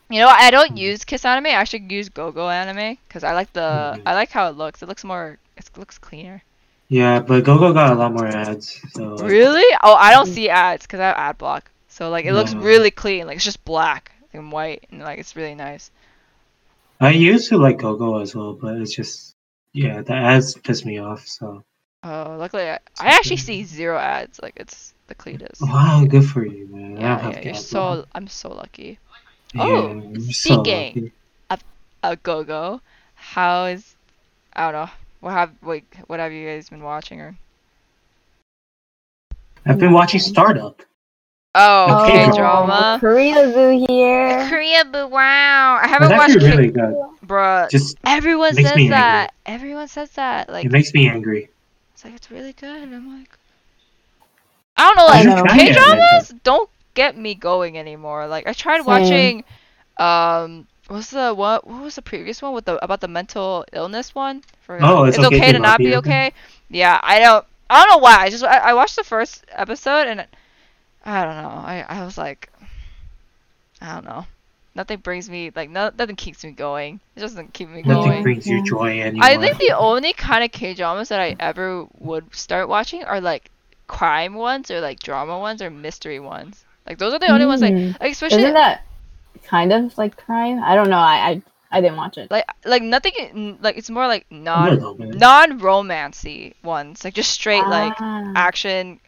Speaker 1: You know, I don't
Speaker 2: Mhm.
Speaker 1: use Kiss anime. I should use GoGo anime because I like the.
Speaker 2: Mhm.
Speaker 1: I like how it looks. It looks more. It looks cleaner.
Speaker 2: Yeah, but GoGo got a lot more ads. So like,
Speaker 1: Really? Oh, I don't
Speaker 3: Mm.
Speaker 1: see ads because I have ad block. So like it looks
Speaker 2: No.
Speaker 1: really clean. Like it's just black and white and like it's really nice.
Speaker 2: I used to like GoGo as well, but it's just yeah, the ads piss me off. So
Speaker 1: Oh, luckily I, I actually
Speaker 2: good.
Speaker 1: see zero ads. Like it's the cleanest.
Speaker 2: wow, good for you, man. I don't
Speaker 1: Yeah,
Speaker 2: have
Speaker 1: yeah,
Speaker 2: to
Speaker 1: you're
Speaker 2: upload.
Speaker 1: so I'm so lucky.
Speaker 2: Yeah,
Speaker 1: Oh,
Speaker 2: I'm so
Speaker 1: speaking.
Speaker 2: lucky.
Speaker 1: Uh, go go. How is? I don't know. What have like what have you guys been watching or?
Speaker 2: I've been watching Startup.
Speaker 1: Oh,
Speaker 2: The
Speaker 1: okay,
Speaker 2: K-drama.
Speaker 1: drama.
Speaker 3: Korea boo here.
Speaker 1: Korea, but wow, I haven't
Speaker 2: It's
Speaker 1: watched.
Speaker 2: actually
Speaker 1: K-
Speaker 2: really good.
Speaker 1: Bruh,
Speaker 2: Just
Speaker 1: everyone
Speaker 2: makes
Speaker 1: says
Speaker 2: me angry.
Speaker 1: that. Everyone says that. Like
Speaker 2: it makes me angry.
Speaker 1: It's like it's really good. and I'm like, I don't know,
Speaker 3: I
Speaker 1: like
Speaker 3: know.
Speaker 2: Should try
Speaker 1: K
Speaker 2: it, I think.
Speaker 1: dramas don't get me going anymore. Like I tried
Speaker 3: Same.
Speaker 1: watching, um, what's the what? What was the previous one with the about the mental illness one? For,
Speaker 2: Oh, it's okay
Speaker 1: to not be okay. Yeah, I don't. I don't know why. I just I, I watched the first episode and I don't know. I I was like, I don't know. Nothing brings me like no, nothing keeps me going. It just doesn't keep me
Speaker 2: Nothing
Speaker 1: going.
Speaker 2: brings you
Speaker 3: Yeah.
Speaker 2: joy anymore.
Speaker 1: I think the only kind of K dramas that I ever would start watching are like crime ones or like drama ones or mystery ones. Like those are the only ones like,
Speaker 3: Mm.
Speaker 1: like especially
Speaker 3: Isn't that kind of like crime? I don't know. I I, I didn't watch it.
Speaker 1: like like nothing like it's more like
Speaker 2: A
Speaker 1: non
Speaker 2: little bit.
Speaker 1: non romancy ones like just straight like
Speaker 3: Ah.
Speaker 1: action.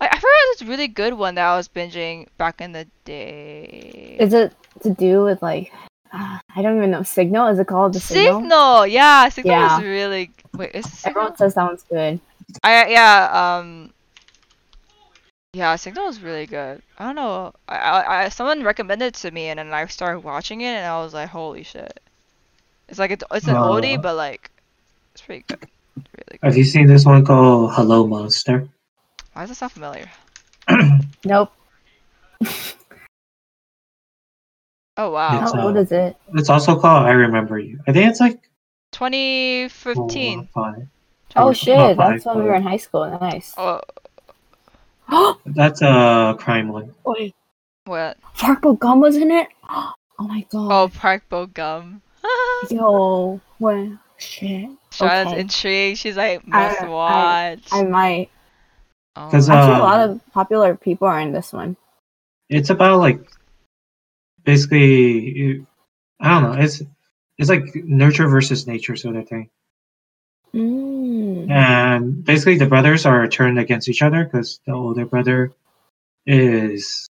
Speaker 1: I, I forgot this really good one that I was binging back in the day.
Speaker 3: Is it to do with like ah, I don't even know signal? Is it called the signal?
Speaker 1: Signal? yeah, Signal
Speaker 3: Yeah.
Speaker 1: is really wait. Is Signal?
Speaker 3: Everyone says that one's good.
Speaker 1: I yeah um yeah Signal is really good. I don't know. I, I, I someone recommended it to me and then I started watching it and I was like, holy shit! It's like it's it's an
Speaker 2: Oh.
Speaker 1: oldie but like it's pretty good. It's really good.
Speaker 2: Have you seen this one called Hello Monster?
Speaker 1: Why does that sound familiar?
Speaker 3: Nope.
Speaker 1: Oh wow,
Speaker 2: It's,
Speaker 3: Oh, what
Speaker 2: uh,
Speaker 3: is it?
Speaker 2: It's also called I Remember You. I think it's like
Speaker 1: 2015.
Speaker 2: four or five.
Speaker 3: Oh
Speaker 2: about
Speaker 3: shit,
Speaker 2: five,
Speaker 3: that's when we
Speaker 2: but-
Speaker 3: were in high school. Nice.
Speaker 1: Oh
Speaker 3: Oh,
Speaker 2: That's a crime one.
Speaker 3: wait,
Speaker 1: what?
Speaker 3: Park Bo Gum was in it. Oh my god.
Speaker 1: Oh Park Bo Gum.
Speaker 3: Yo, what? Shit.
Speaker 1: Charlotte's
Speaker 3: Okay.
Speaker 1: intrigued. She's like must
Speaker 3: I-
Speaker 1: watch.
Speaker 3: I might.
Speaker 1: 'Cause,
Speaker 2: Cause,
Speaker 1: oh,
Speaker 3: Actually, a
Speaker 2: Um,
Speaker 3: lot of popular people are in this one.
Speaker 2: It's about like basically I don't know. It's it's like nurture versus nature sort of thing.
Speaker 3: Mm.
Speaker 2: And basically, the brothers are turned against each other because the older brother is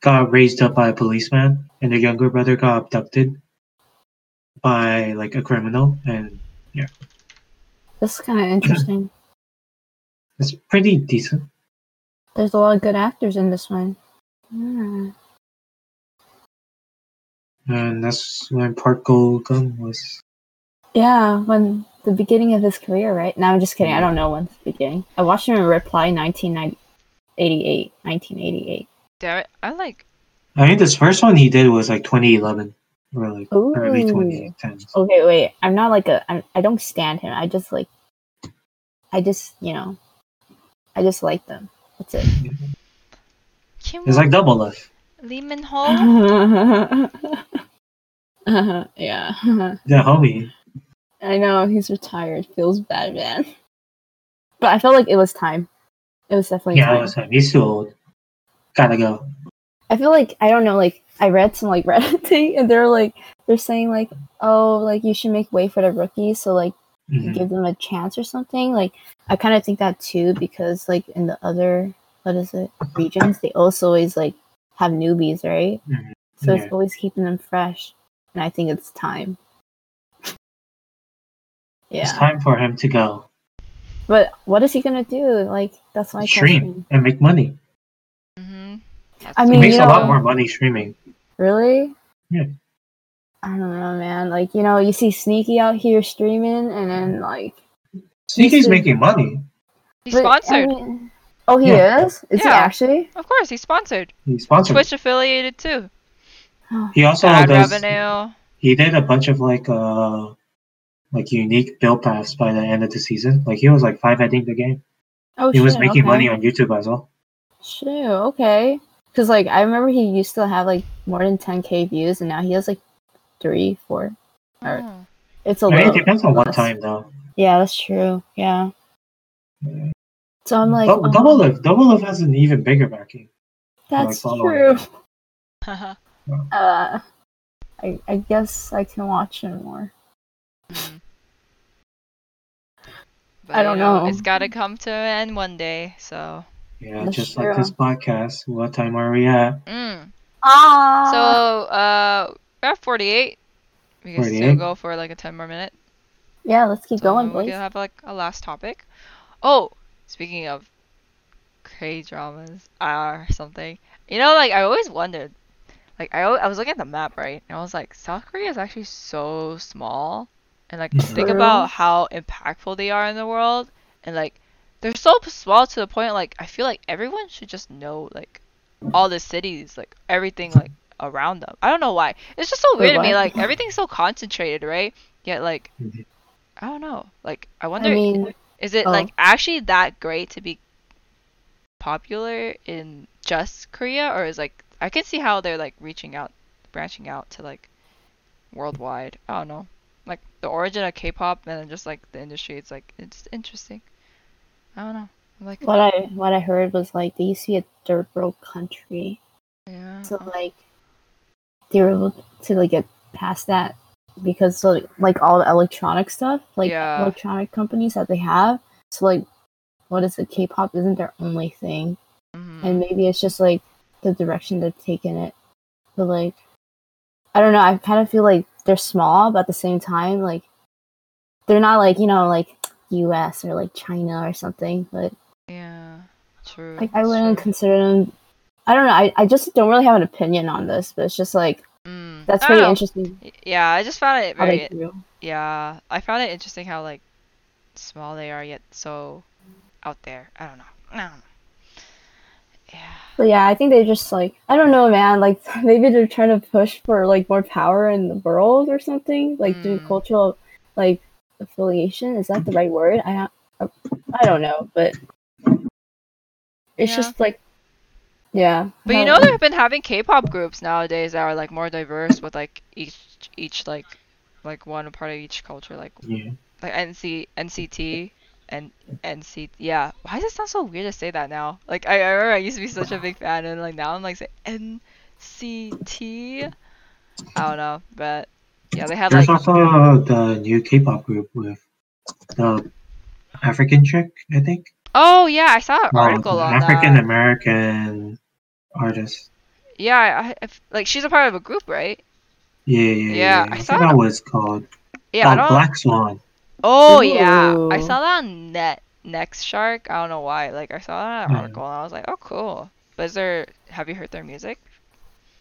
Speaker 2: got raised up by a policeman, and the younger brother got abducted by like a criminal, and
Speaker 3: This is kind of interesting.
Speaker 2: it's pretty decent.
Speaker 3: There's a lot of good actors in this one.
Speaker 2: Hmm.
Speaker 3: Yeah.
Speaker 2: And that's when Park Go Gun was.
Speaker 3: Yeah, when the beginning of his career, right? No, I'm just kidding. I don't know when the beginning. I watched him in Reply 1988. 1988.
Speaker 1: damn it! I like.
Speaker 2: I think this first one he did was like 2011 or like early
Speaker 3: Ooh.
Speaker 2: 2010s.
Speaker 3: Okay, wait. I'm not like a. I'm, I don't stand him. I just like. I just you know. I just like them. That's it.
Speaker 1: Kim
Speaker 2: It's like double left.
Speaker 1: Lee Min Ho.
Speaker 3: Uh-huh. yeah,
Speaker 2: Yeah, homie.
Speaker 3: I know he's retired. Feels bad, man. But I felt like it was time. It was definitely
Speaker 2: Yeah,
Speaker 3: time.
Speaker 2: that was him. He's too old. Gotta go.
Speaker 3: I feel like I don't know. Like I read some like Reddit thing, and they're like they're saying like oh like you should make way for the rookies, so like
Speaker 2: Mhm.
Speaker 3: give them a chance or something. Like I kind of think that too because like in the other what is it regions they also always like have newbies, right?
Speaker 2: Mhm.
Speaker 3: So
Speaker 2: Yeah.
Speaker 3: it's always keeping them fresh, and I think it's time. Yeah,
Speaker 2: It's time for him to go.
Speaker 3: but what is he gonna do? Like that's my
Speaker 2: stream
Speaker 3: question.
Speaker 2: and make money.
Speaker 1: hmm
Speaker 3: I
Speaker 2: He
Speaker 3: mean,
Speaker 2: makes
Speaker 3: you
Speaker 2: a lot
Speaker 3: know-
Speaker 2: more money streaming.
Speaker 3: Really?
Speaker 2: Yeah.
Speaker 3: I don't know, man. Like, you know, you see Sneaky out here streaming, and then, like.
Speaker 2: Sneaky's
Speaker 3: He's-
Speaker 2: making money.
Speaker 1: He's
Speaker 3: but, I
Speaker 1: sponsored.
Speaker 3: mean- oh, he
Speaker 2: Yeah.
Speaker 3: is? Is he
Speaker 1: Yeah.
Speaker 3: actually?
Speaker 1: Of course, he's sponsored.
Speaker 2: He's sponsored.
Speaker 1: Twitch affiliated too.
Speaker 2: He also
Speaker 1: Ad
Speaker 2: does.
Speaker 1: revenue.
Speaker 2: He did a bunch of like uh, like unique build paths by the end of the season. Like he was like five, I think, the game.
Speaker 3: Oh,
Speaker 2: he was
Speaker 3: shit,
Speaker 2: making
Speaker 3: okay.
Speaker 2: money on YouTube as well.
Speaker 3: Shoot, okay. Because, like, I remember he used to have, like, more than 10K views, and now he has, like, three, four. Alright.
Speaker 1: Oh.
Speaker 3: It's a
Speaker 2: I mean,
Speaker 3: little.
Speaker 2: it depends on what
Speaker 3: less.
Speaker 2: time though.
Speaker 3: Yeah, that's true. Yeah. So I'm like.
Speaker 2: Double
Speaker 3: oh,
Speaker 2: Double Lift, Double Lift has an even bigger backing.
Speaker 3: That's
Speaker 2: like,
Speaker 3: true.
Speaker 1: Oh.
Speaker 2: following.
Speaker 3: Uh, I, I guess I can watch him more.
Speaker 1: Mm. But,
Speaker 3: I
Speaker 1: you
Speaker 3: don't know.
Speaker 1: It's gotta come to an end one day. So.
Speaker 2: Yeah,
Speaker 3: That's
Speaker 2: just
Speaker 3: true.
Speaker 2: like this podcast. What time are we at?
Speaker 1: Mm.
Speaker 3: Ah.
Speaker 1: So uh, we're at 48. We can still
Speaker 2: 48?
Speaker 1: go for like a 10 more minute.
Speaker 3: Yeah, let's keep
Speaker 1: So
Speaker 3: going,
Speaker 1: we
Speaker 3: please.
Speaker 1: can have like a last topic. Oh, speaking of K dramas or something, you know, like I always wondered. Like I, al- I was looking at the map right, and I was like, South Korea is actually so small, and like think
Speaker 3: True.
Speaker 1: about how impactful they are in the world, and like they're so p- small to the point like I feel like everyone should just know like all the cities, like everything like around them. I don't know why. It's just so
Speaker 3: Wait,
Speaker 1: weird to me.
Speaker 3: what?
Speaker 1: Like everything's so concentrated, right? Yet like
Speaker 2: Mhm.
Speaker 1: I don't know. Like I
Speaker 3: I
Speaker 1: wonder
Speaker 3: mean,
Speaker 1: is it
Speaker 3: Oh.
Speaker 1: like actually that great to be popular in just Korea, or is like I can see how they're like reaching out, branching out to like worldwide. I don't know, like the origin of K-pop and then just like the industry. It's like it's interesting. I don't know. I'm like
Speaker 3: what I what I heard was like they used to be a third world country,
Speaker 1: yeah,
Speaker 3: so like they were able to like get past that because like, like all the electronic stuff, like
Speaker 1: Yeah.
Speaker 3: electronic companies that they have. So like, what is it? K-pop isn't their only thing,
Speaker 1: Mhm.
Speaker 3: and maybe it's just like the direction they've taken it. But like, I don't know. I kind of feel like they're small, but at the same time, like they're not like you know like U.S. or like China or something. But
Speaker 1: yeah, true.
Speaker 3: like I wouldn't
Speaker 1: true.
Speaker 3: consider them. I don't know. I, I just don't really have an opinion on this, but it's just like
Speaker 1: Mm.
Speaker 3: that's
Speaker 1: I
Speaker 3: pretty
Speaker 1: don't know.
Speaker 3: interesting
Speaker 1: Yeah, I just found it
Speaker 3: how
Speaker 1: very
Speaker 3: they grew.
Speaker 1: Yeah, I found it interesting how like small they are yet so out there. I don't know. I don't know. Yeah.
Speaker 3: But yeah, I think they just like I don't know, man. Like maybe they're trying to push for like more power in the world or something, like through
Speaker 1: Mm.
Speaker 3: cultural like affiliation. Is that the right word? I don't- I don't know, but it's
Speaker 1: Yeah.
Speaker 3: just like yeah.
Speaker 1: But
Speaker 3: I
Speaker 1: you know
Speaker 3: don't
Speaker 1: they've been having K-pop groups nowadays that are like more diverse with like each each like like one part of each culture like
Speaker 2: Yeah.
Speaker 1: like NC NCT and NC yeah. Why does it sound so weird to say that now? Like I, I remember I used to be such a big fan and like now I'm like say NCT. I don't know, but yeah, they had
Speaker 2: There's
Speaker 1: like
Speaker 2: also the new K-pop group with the African chick, I think.
Speaker 1: oh yeah, I saw an
Speaker 2: Well,
Speaker 1: article on that.
Speaker 2: African American artist.
Speaker 1: Yeah, I, I- if- like she's a part of a group, right?
Speaker 2: Yeah, yeah,
Speaker 1: Yeah,
Speaker 2: yeah.
Speaker 1: I
Speaker 2: I
Speaker 1: saw-
Speaker 2: forgot what it's called.
Speaker 1: Yeah, I
Speaker 2: oh,
Speaker 1: don't.
Speaker 2: Black Swan.
Speaker 1: Oh yeah, I
Speaker 3: Ooh.
Speaker 1: saw that on Net Next Shark. I don't know why. Like I saw that
Speaker 2: Yeah.
Speaker 1: article and I was like, oh cool. But is there? Have you heard their music?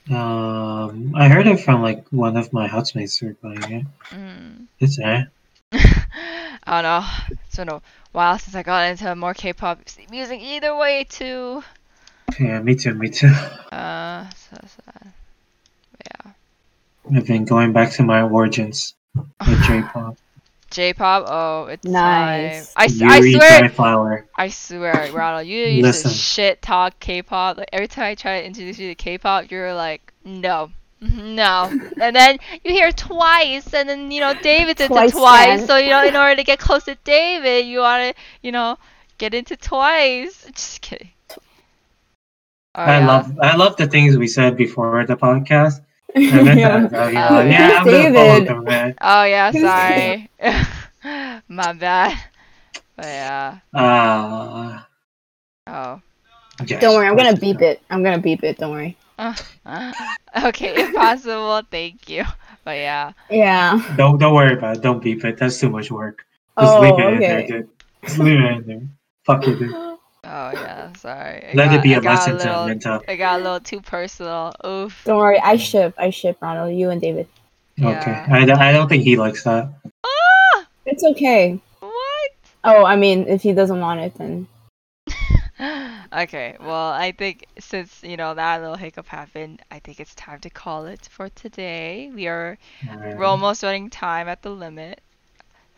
Speaker 2: Um, I heard it from like one of my housemates who were playing it.
Speaker 1: Mm.
Speaker 2: It's eh.
Speaker 1: I don't know. It's been a while since I got into more K-pop music. Either way, too.
Speaker 2: Yeah, me too, me too.
Speaker 1: Uh, so sad. Yeah.
Speaker 2: I've been going back to my origins with J-pop.
Speaker 1: J-pop. Oh, it's
Speaker 3: Nice.
Speaker 1: Time. I, s- I
Speaker 2: Yuri
Speaker 1: swear.
Speaker 2: Flower.
Speaker 1: I swear, Ronald, you used
Speaker 2: Listen.
Speaker 1: to shit talk K-pop. Like every time I try to introduce you to K-pop, you're like, no, no. and then you hear twice, and then you know David's into
Speaker 3: Twice
Speaker 1: twice.
Speaker 3: ten.
Speaker 1: So you know, in order to get close to David, you want to, you know, get into twice. Just kidding. Oh,
Speaker 2: I
Speaker 1: yeah.
Speaker 2: love I love the things we said before the podcast. And then
Speaker 3: Yeah.
Speaker 2: yeah. you know,
Speaker 1: Oh,
Speaker 2: yeah, I'm gonna
Speaker 3: Uh, David.
Speaker 2: follow them, man.
Speaker 1: Oh yeah, sorry. My bad. But yeah.
Speaker 2: Uh,
Speaker 1: Oh.
Speaker 2: yes,
Speaker 3: Don't worry, I'm gonna
Speaker 2: that's
Speaker 3: beep it. I'm gonna beep it. Don't worry.
Speaker 1: okay, impossible. Thank you. But yeah.
Speaker 3: Yeah.
Speaker 2: Don't don't worry about it. Don't beep it. That's too much work. Just
Speaker 3: Oh,
Speaker 2: leave it in there,
Speaker 3: okay.
Speaker 2: dude. Just leave it in there. Fuck it, dude.
Speaker 1: Oh yeah, sorry. I
Speaker 2: Let
Speaker 1: got,
Speaker 2: it be
Speaker 1: I
Speaker 2: a
Speaker 1: got
Speaker 2: lesson
Speaker 1: a
Speaker 2: to
Speaker 1: little,
Speaker 2: Minta.
Speaker 1: I got a little too personal. Oof.
Speaker 3: Don't worry. I ship. I ship Ronald. You and David.
Speaker 1: Yeah.
Speaker 2: Okay. I, don't- I don't think he likes that.
Speaker 1: Ah!
Speaker 3: It's okay.
Speaker 1: What?
Speaker 3: Oh, I mean, if he doesn't want it, then
Speaker 1: Okay. Well, I think since you know that little hiccup happened, I think it's time to call it for today. We are
Speaker 2: Uh,
Speaker 1: we're almost running time at the limit.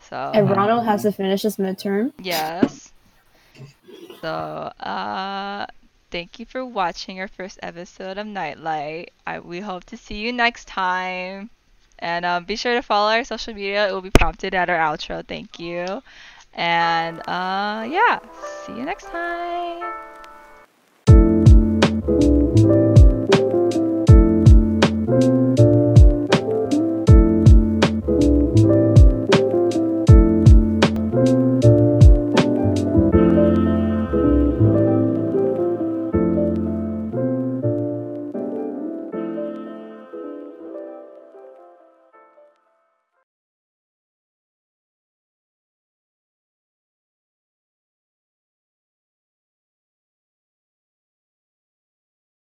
Speaker 1: So Uh-huh.
Speaker 3: and Ronald has to finish his midterm.
Speaker 1: yes. So uh, thank you for watching our first episode of Nightlight. I, we hope to see you next time. And um, be sure to follow our social media. It will be prompted at our outro. Thank you. And uh, yeah, see you next time.